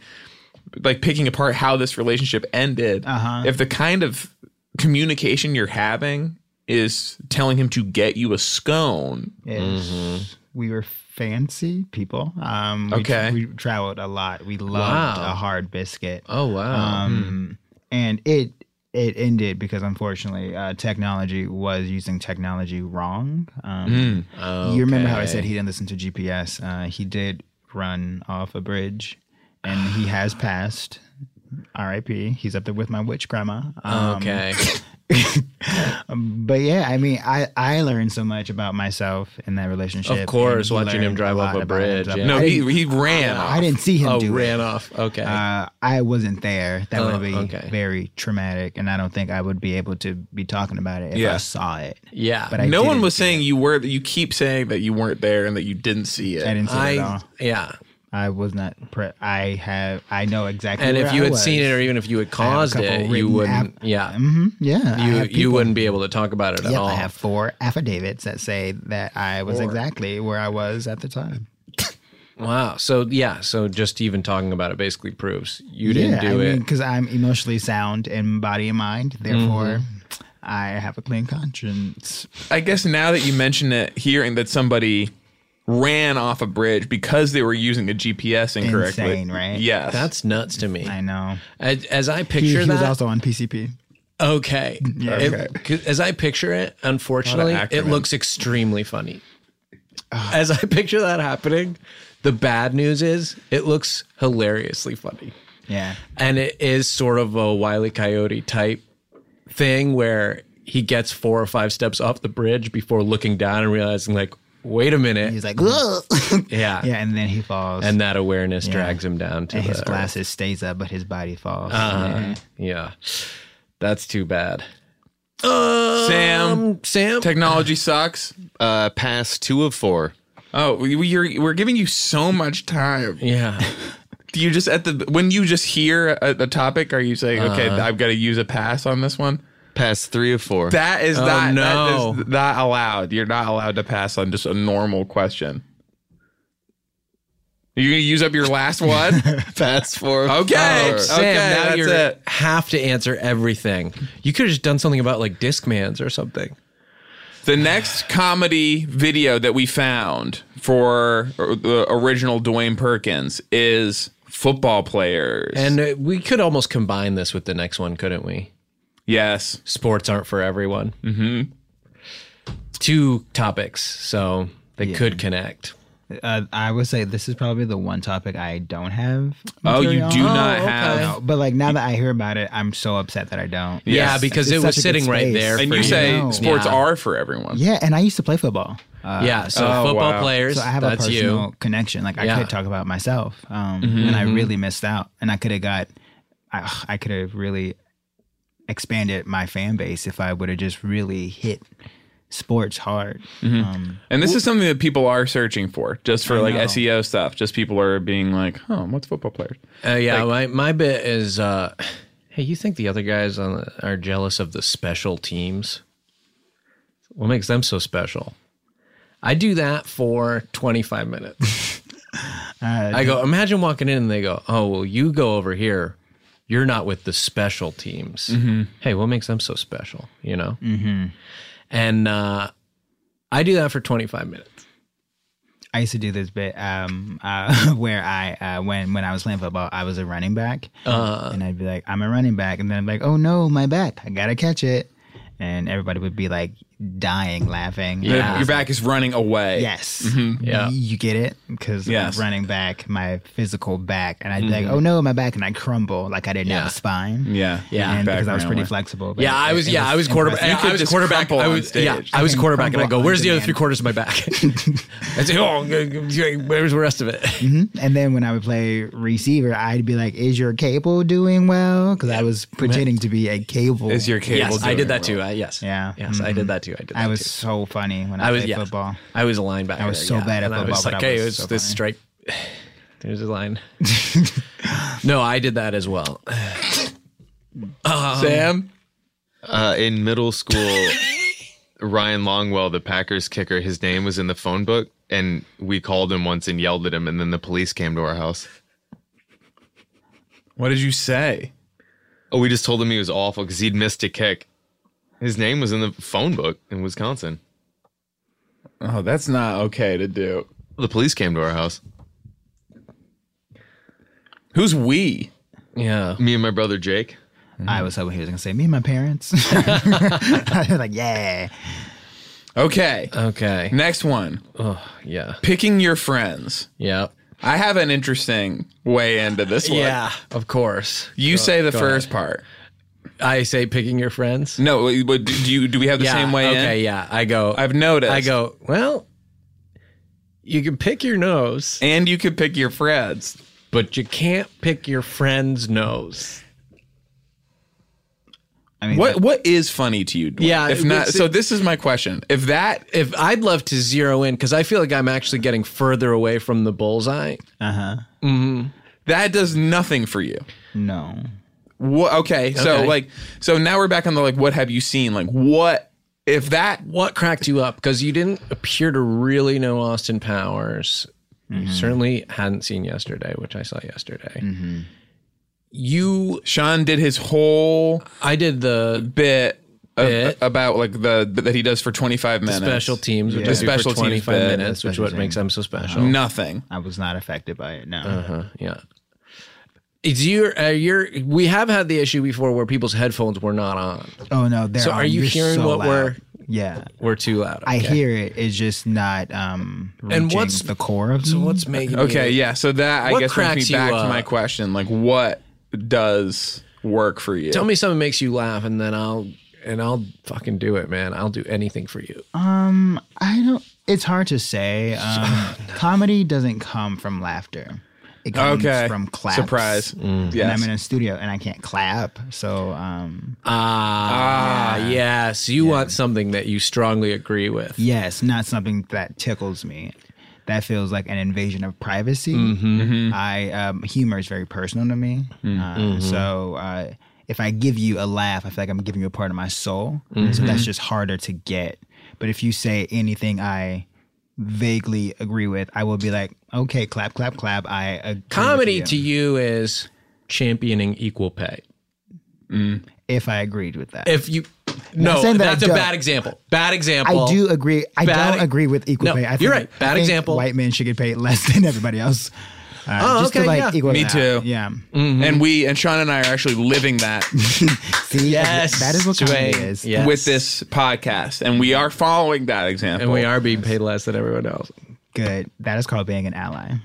like picking apart how this relationship ended. Uh-huh. If the kind of communication you're having is telling him to get you a scone, Yes. we were fancy people. Um, we, Okay. we traveled a lot. We loved Wow. a hard biscuit. Oh wow. Um, and it it ended because unfortunately, uh, technology was using technology wrong. Um, Mm. You remember how I said Okay. he didn't listen to GPS? Uh, he did run off a bridge, and he has passed. R.I.P. He's up there with my witch grandma. Oh, Um, (laughs) okay. but yeah, I mean, I I learned so much about myself in that relationship. Of course, and he watching him learned drive a off lot a about bridge. himself. yeah. I didn't- ran I didn't see him Oh, do ran it. off. Okay. Uh, I wasn't there. That Oh, would be okay. very traumatic, and I don't think I would be able to be talking about it if I Yeah. saw it. yeah. but I no one didn't was saying you were. You keep saying that you weren't there and that you didn't see it. I didn't see it at all. yeah. I was not. Pre- I have. I know exactly. And where if you I had was. seen it, or even if you had have a caused couple it, you written wouldn't. yeah, Mhm, yeah, I you have you people- wouldn't be able to talk about it at Yep, all. I have four affidavits that say that I was Four. exactly where I was at the time. Wow. So yeah. So just even talking about it basically proves you didn't yeah, do I it. because I'm emotionally sound in body and mind. Therefore, Mm-hmm. I have a clean conscience. I guess now that you mention it, hearing that somebody ran off a bridge because they were using the GPS incorrectly. Insane, right? Yes. That's nuts to me. I know. As, as I He, picture he was that, also on PCP. okay. Yeah. It- Okay. 'cause as I picture it, unfortunately, it acronym. looks extremely funny. As I picture that happening, the bad news is it looks hilariously funny. Yeah. And it is sort of a wily coyote type thing where he gets four or five steps off the bridge before looking down and realizing, like, wait a minute. He's like, Mm-hmm. yeah. Yeah, and then he falls. And that awareness Yeah. drags him down to and the his earth. glasses stays up, but his body falls. Uh, Yeah. yeah. That's too bad. Um, Sam, Sam, technology sucks. Uh, past two of four. Oh, we, we're we're giving you so much time. Yeah. Do you just at the when you just hear a, a topic, are you saying, okay, Uh-huh. I've got to use a pass on this one? Pass three of four. That is Oh, not no. that is not allowed. You're not allowed to pass on just a normal question. Are you gonna use up your last one? Pass four. Okay, Oh, okay, Sam, now that's you it. have to answer everything. You could have just done something about like Discmans or something. The next comedy video that we found for uh, the original Dwayne Perkins is football players. And uh, we could almost combine this with the next one, couldn't we? Yes. Sports aren't for everyone. Mm-hmm. Two topics, so they Yeah. could connect. Uh, I would say this is probably the one topic I don't have. Oh, you material do on. not Oh, okay. have- No, but like now that I hear about it, I'm so upset that I don't. Yeah, It's- because it's it was such a good sitting right space. there And you say sports Yeah. are for everyone. Yeah, and I used to play football. Uh, Yeah, so Oh, football wow. players, So I have that's a you. personal connection. Like I Yeah. could talk about myself, um, Mhm. and I Mhm. really missed out. And I could have got, I, I could have really expanded my fan base if I would have just really hit sports hard. Mm. Mhm. Um, And this is something that people are searching for, just for I like know. SEO stuff. Just people are being like, "Oh, what's football players?" Uh, yeah, my, my bit is uh, hey, you think the other guys on the, are jealous of the special teams? What makes them so special? I do that for 25 minutes. I go, imagine walking in and they go, oh, well, you go over here. You're not with the special teams. Mhm. Hey, what makes them so special? You know? Mm-hmm. And uh, I do that for 25 minutes. I used to do this bit um, (laughs) uh, where I uh, when when I was playing football, I was a running back, Uh. and I'd be like, "I'm a running back," and then I'm like, "Oh no, my back! I gotta catch it," and everybody would be like dying laughing. Your- And I Your, was back is running away. Yes. Mhm. like, "Y- you get it because Yes. running back, my physical back, and I'd be like, Mhm. "Oh no, my back," and I crumble like I didn't have Yeah. a spine. Yeah. Yeah, Back because I was running pretty away. flexible. but Yeah, I it- was. it Yeah, I was quarterback. impressive. I was quarterback. I was, yeah, I was can quarterback, and I crumple go, on "Where's the other demand." three quarters of (laughs) my back?" I say, "Oh, g- g- where's the rest of it?" Mhm. And then when I would play receiver, I'd be like, "Is your cable doing well?" Because I was pretending to be a cable. Is your cable Yes, I doing did that too. I, yes. Yeah. Mm-hmm. Yes, I did that too. I did. That I was too. so funny when I, I was played yeah. football. I was a linebacker. I was so yeah. bad at and I football, was but like, I "Hey, was it's so this funny." strike." (sighs) There's a (laughs) line. no, I did that as well. (sighs) Um, Sam? Uh, in middle school, Ryan Longwell, the Packers kicker, his name was in the phone book, and we called him once and yelled at him, and then the police came to our house. What did you say? Oh, we just told him he was awful because he'd missed a kick. His name was in the phone book in Wisconsin. Oh, that's not okay to do. The police came to our house. Who's we? Yeah. Me and my brother Jake. I was hoping he was gonna say me and my parents. (laughs) I was like, yeah. Okay. Uh, Okay. Next one. Oh, yeah. Picking your friends. Yeah. I have an interesting way into this one. Yeah, of course. You Go- say the go first ahead. part. I say picking your friends. No, wait, but do do you do we have the Yeah, same way in? okay, yeah. I go. I've noticed. I go. Well, you can pick your nose, and you can pick your friends, but you can't pick your friend's nose. I I mean, what what is funny to you? Dwayne? Yeah, if not, it's- so this is my question. If that, if I'd love to zero in because I feel like I'm actually getting further away from the bullseye. Uh huh. That does nothing for you. No. What, okay, so Okay. like, so now we're back on the like, what have you seen? Like, what if that? What cracked you up? Because you didn't appear to really know Austin Powers. You certainly hadn't seen yesterday, which I saw yesterday. You Sean did his whole. I did the bit, a- Bit. about like the that he does for twenty five minutes. special teams, which The is special special teams 25 bit. minutes, which is what makes them so special. Nothing. I was not affected by it. No. Uh-huh. Yeah. It's your, uh, your, we have had the issue before where people's headphones were not on. Oh no. There so are you You're hearing so what loud. we're, Yeah. we're too loud? I Okay. hear it. It's just not um reaching And what's- the core of So me. what's making Okay, you- yeah. So that I What guess brings cracks me you back to up? my question. Like, what does work for you? Tell me something makes you laugh, and then I'll and I'll fucking do it, man. I'll do anything for you. Um, I don't. It's hard (laughs) to say. Um, comedy doesn't come from laughter. It comes Okay. from claps. Surprise. Mm. And Yes. I'm in a studio and I can't clap. So um, Ah, yes. You want something that you strongly agree with. yes, not something that tickles me. That feels like an invasion of privacy. Mm-hmm. I um, humor is very personal to me. Uh, Mhm. So uh, if I give you a laugh, I feel like I'm giving you a part of my soul. So Mhm. that's just harder to get. But if you say anything I vaguely agree with, I will be like, okay, clap, clap, clap. I agree with Comedy you. to you is championing equal pay. if I agreed with that. If you Not no, saying that I that's a don't. bad example. Bad example. I do agree. I Bad- e- don't agree with equal No, pay. I you're right. Bad I think example. White men should get paid less (laughs) than everybody else. Uh, Oh, just to okay, like yeah. Mm. equal me it out. too. Yeah. Mm-hmm. And we and Sean and I are actually living that (laughs) See, Yes, that is what comedy Dwayne. is. Yes. with this podcast, and we are following that example. and we are being paid less than everyone else. Good. That is called being an ally.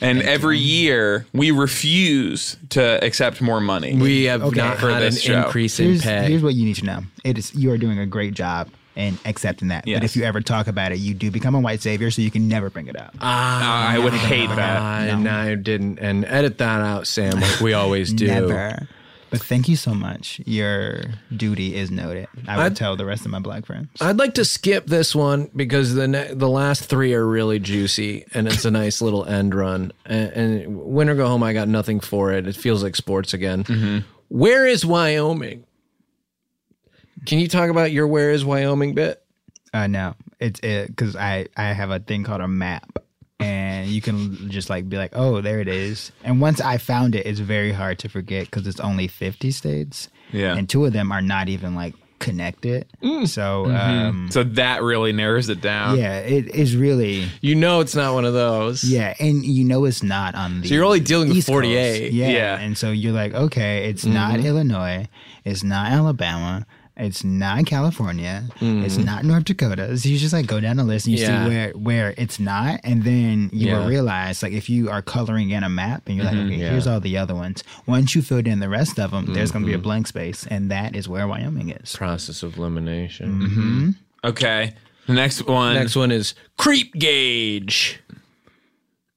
And every year we refuse to accept more money. We have Okay. not For had an this show. increase in Here's, pay. here's what you need to know. It is you are doing a great job in accepting that. Yes. But if you ever talk about it, you do become a white savior, so you can never bring it up. Ah, I would hate that. and I didn't. And edit that out, Sam, like we always do. Never. But thank you so much. Your duty is noted. I would I'd- tell the rest of my black friends. I'd like to skip this one because the ne- the last three are really juicy and it's a nice little end run. And, and win or go home, I got nothing for it. It feels like sports again. Where is Wyoming? Can you talk about your where is Wyoming bit? Uh, no, it's it because I I have a thing called a map, and you can just like be like, oh, there it is. And once I found it, it's very hard to forget because it's only fifty states, Yeah. and two of them are not even like connected. So um, so that really narrows it down. yeah, it is really You know it's not one of those. yeah, and you know it's not on the. So you're only dealing with East Coast. 48. Yeah. Yeah. and so you're like, okay, it's Mm-hmm. not Illinois, it's not Alabama. It's not California. It's not North Dakota. So you just like go down the list and you Mm-hmm. Yeah. see where where it's not, and then you Yeah. Mm-hmm. will realize like if you are coloring in a map and you're like, okay, yeah. here's all the other ones. Once you filled in the rest of them, there's gonna be a Mm-hmm. blank space, and that is where Wyoming is. Process of elimination. Mm-hmm. Okay. The next one, Next one is creep gauge.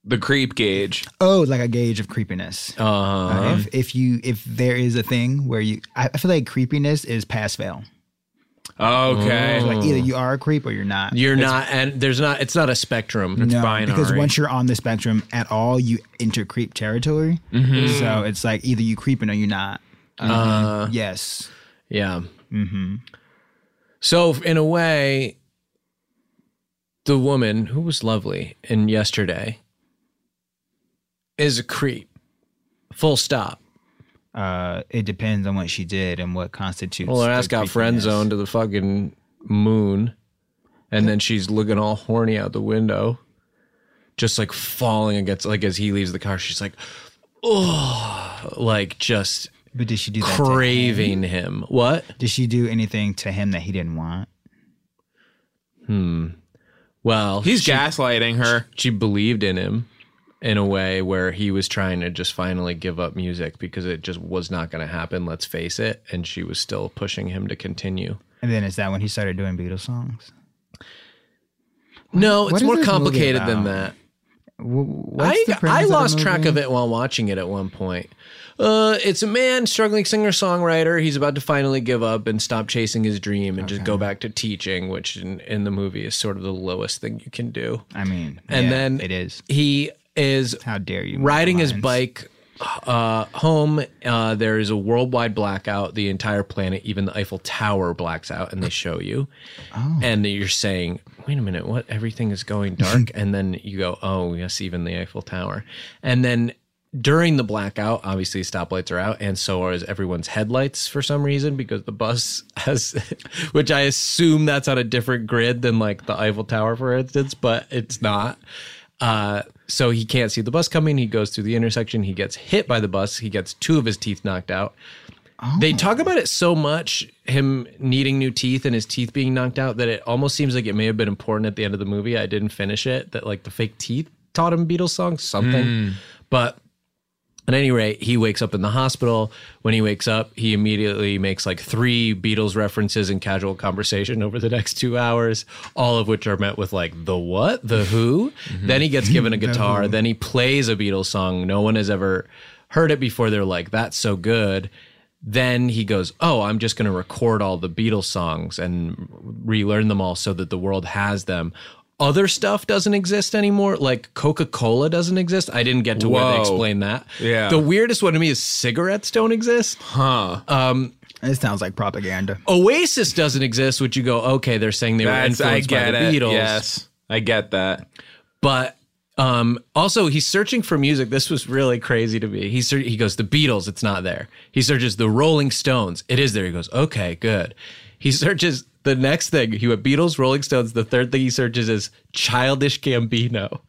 the creep gauge. Oh, like a gauge of creepiness. Uh, Uh, if, if you if there is a thing where you, I, I feel like creepiness is pass fail. Okay. Like Oh. either you are a creep or you're not. You're not, and there's not. It's not a spectrum. It's binary. because once you're on the spectrum at all, you enter creep territory. Mm-hmm. So it's like either you creeping or you're not. Um, Uh, yes. yeah. hmm So in a way, the woman who was lovely in yesterday is a creep. Full stop. Uh, it depends on what she did and what constitutes. Well, her the ass got friend creepiness. zoned to the fucking moon, and then she's looking all horny out the window, just like falling against. Like as he leaves the car, she's like, oh, like just But did she do that? to him? craving him. What? Did she do anything to him that he didn't want? Hmm. Well, He's she- gaslighting her. she believed in him in a way where he was trying to just finally give up music because it just was not going to happen let's face it and she was still pushing him to continue And then is that when he started doing Beatles songs? no what it's is more this movie complicated than about? that What's the premise I, I of the lost track movie? of it while watching it at one point. Uh, it's a man, struggling singer songwriter. He's about to finally give up and stop chasing his dream and just go back to teaching, which in, in the movie is sort of the lowest thing you can do. I mean, and yeah, then it is. He is how dare you riding his bike uh, home. Uh, there is a worldwide blackout. The entire planet, even the Eiffel Tower, blacks out, and they show you. And you're saying, "Wait a minute, what? Everything is going dark." and then you go, "Oh yes, even the Eiffel Tower." And then during the blackout, obviously stoplights are out, and so is everyone's headlights for some reason because the bus (laughs) has, which I assume that's on a different grid than like the Eiffel Tower, for instance, but it's not. Uh, so he can't see the bus coming. He goes through the intersection. He gets hit by the bus. He gets two of his teeth knocked out. They talk about it so much, him needing new teeth and his teeth being knocked out, that it almost seems like it may have been important at the end of the movie. I didn't finish it. That like the fake teeth taught him Beatles songs, something. Mm. But at any rate, he wakes up in the hospital. When he wakes up, he immediately makes like three Beatles references in casual conversation over the next two hours, all of which are met with like the what, the who. Then he gets given a Mm-hmm. (laughs) The guitar. who. Then he plays a Beatles song. No one has ever heard it before. They're like, that's so good. Then he goes, Oh, I'm just going to record all the Beatles songs and relearn them all so that the world has them. Other stuff doesn't exist anymore. Like Coca Cola doesn't exist. I didn't get to where they Whoa. explain that. Yeah. The weirdest one to me is cigarettes don't exist. Huh. Um, it sounds like propaganda. Oh. Oasis doesn't exist, which you go, okay, they're saying they That's- were I influenced by get the it. Beatles. Yes. I get that. But um, also, he's searching for music. This was really crazy to me. He ser- he goes, the Beatles, it's not there. He searches the Rolling Stones, it is there. He goes, okay, good. He searches the next thing. He went Beatles, Rolling Stones. The third thing he searches is Childish Gambino.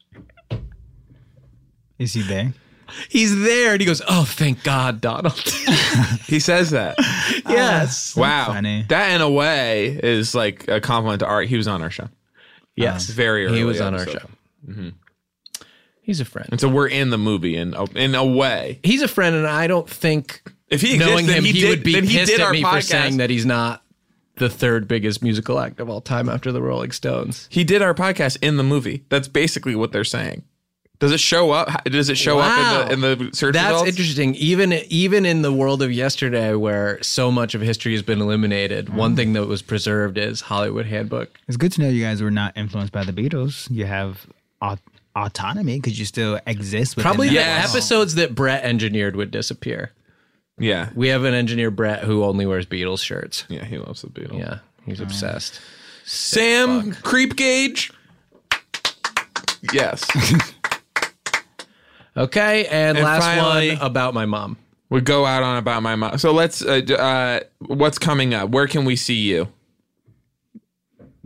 Is he there? He's there, and he goes, "Oh, thank God, Donald." (laughs) he says that. yes. wow. That in a way is like a compliment to art. He was on our show. Um, Yes. very early. He was on our episode. show. Mm-hmm. He's a friend. And so we're in the movie in a, in a way. He's a friend, and I don't think if he exists, knowing then him, he he, did- would be then he pissed did at our me for podcast. saying that he's not the third biggest musical act of all time after the Rolling Stones. He did our podcast in the movie. That's basically what they're saying. Does it show up? How- Does it show up in the, in the search That's results? interesting. Even even in the world of yesterday, where so much of history has been eliminated, Mm-hmm. one thing that was preserved is Hollywood Handbook. It's good to know you guys were not influenced by the Beatles. You have au- autonomy because you still exist. Within Probably that the episodes that Brett engineered would disappear. Yeah, we have an engineer Brett who only wears Beatles shirts. Yeah, he loves the Beatles. Yeah, he's obsessed. Sam Creep Gauge. (laughs) Yes. okay, and, last finally, one about my mom. We go out on about my mom. So let's. Uh, d- uh, what's coming up? Where can we see you?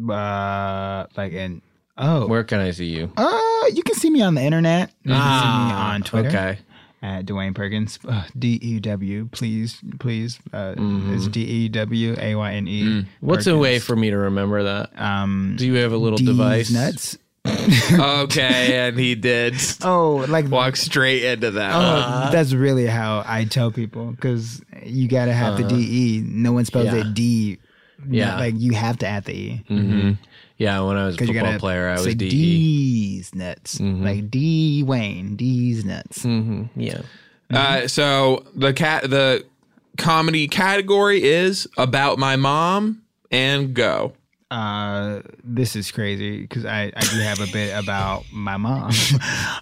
Uh, like in oh, where can I see you? Uh, you can see me on the internet. You can see me Ah, on Twitter. okay. At Dwayne Perkins, uh, D E W, please, please. Uh, It's D E W A Y N E. Mm-hmm. Mm. What's a way for me to remember that? Um, Do you have a little D's device? nuts. (laughs) okay, and he did. Oh, like walk straight into that. Oh, Uh-huh. that's really how I tell people because you gotta have Uh-huh. the D E. No one spells Yeah. it D. Yeah. like you have to add the E. hmm Yeah, when I was a 'Cause you football gotta player, I was say E. Mm-hmm. DE. D's nuts, like D Wayne, D's nuts. Mm-hmm. Yeah. Uh, so the cat the comedy category is about my mom and go. Uh, this is crazy because I, I do have a bit about my mom. (laughs)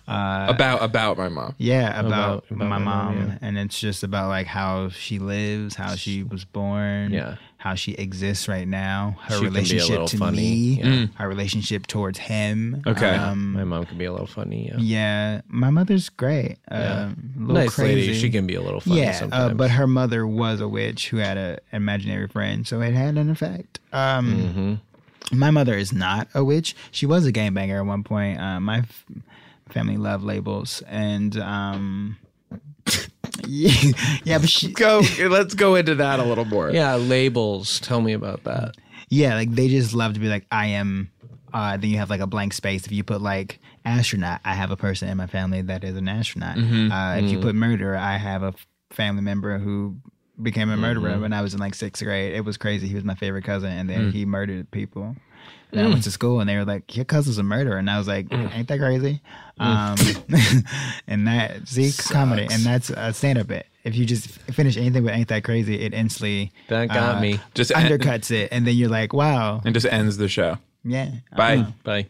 Uh, about about my mom. Yeah, about, my mom, and it's just about like how she lives, how she was born, Yeah. how she exists right now, She her can be a relationship little to funny, me, yeah. her relationship towards him. Yeah. um, my mom can be a little funny. Yeah. yeah, my mother's great. Yeah. Uh, a little Nice lady. crazy. She can be a little funny Yeah, Uh, sometimes. but her mother was a witch who had an imaginary friend, so it had an effect. Um, Mm-hmm. My mother is not a witch. She was a gangbanger at one point. Uh, my f- family love labels, and um, (laughs) yeah, yeah, but she go. Let's go into that a little more. Yeah, labels. Tell me about that. Yeah, like they just love to be like, I am. Uh, then you have like a blank space. If you put like astronaut, I have a person in my family that is an astronaut. Mhm. Uh, if you Mhm. put murderer, I have a f- family member who became a murderer Mhm. when I was in like sixth grade. It was crazy. He was my favorite cousin, and then Mm. he murdered people. And I went Mm. to school, and they were like, "Your cousin's a murderer," and I was like, Mm. "Ain't that crazy?" Um, (laughs) and that see comedy, and that's a stand up bit. If you just finish anything with "Ain't that crazy," it instantly uh, That got me. Just Just- undercuts it, and then you're like, "Wow, and just ends the show. yeah." Mm. Bye. Bye.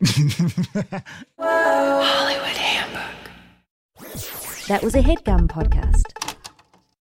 Hollywood Handbook. That was a headgum podcast.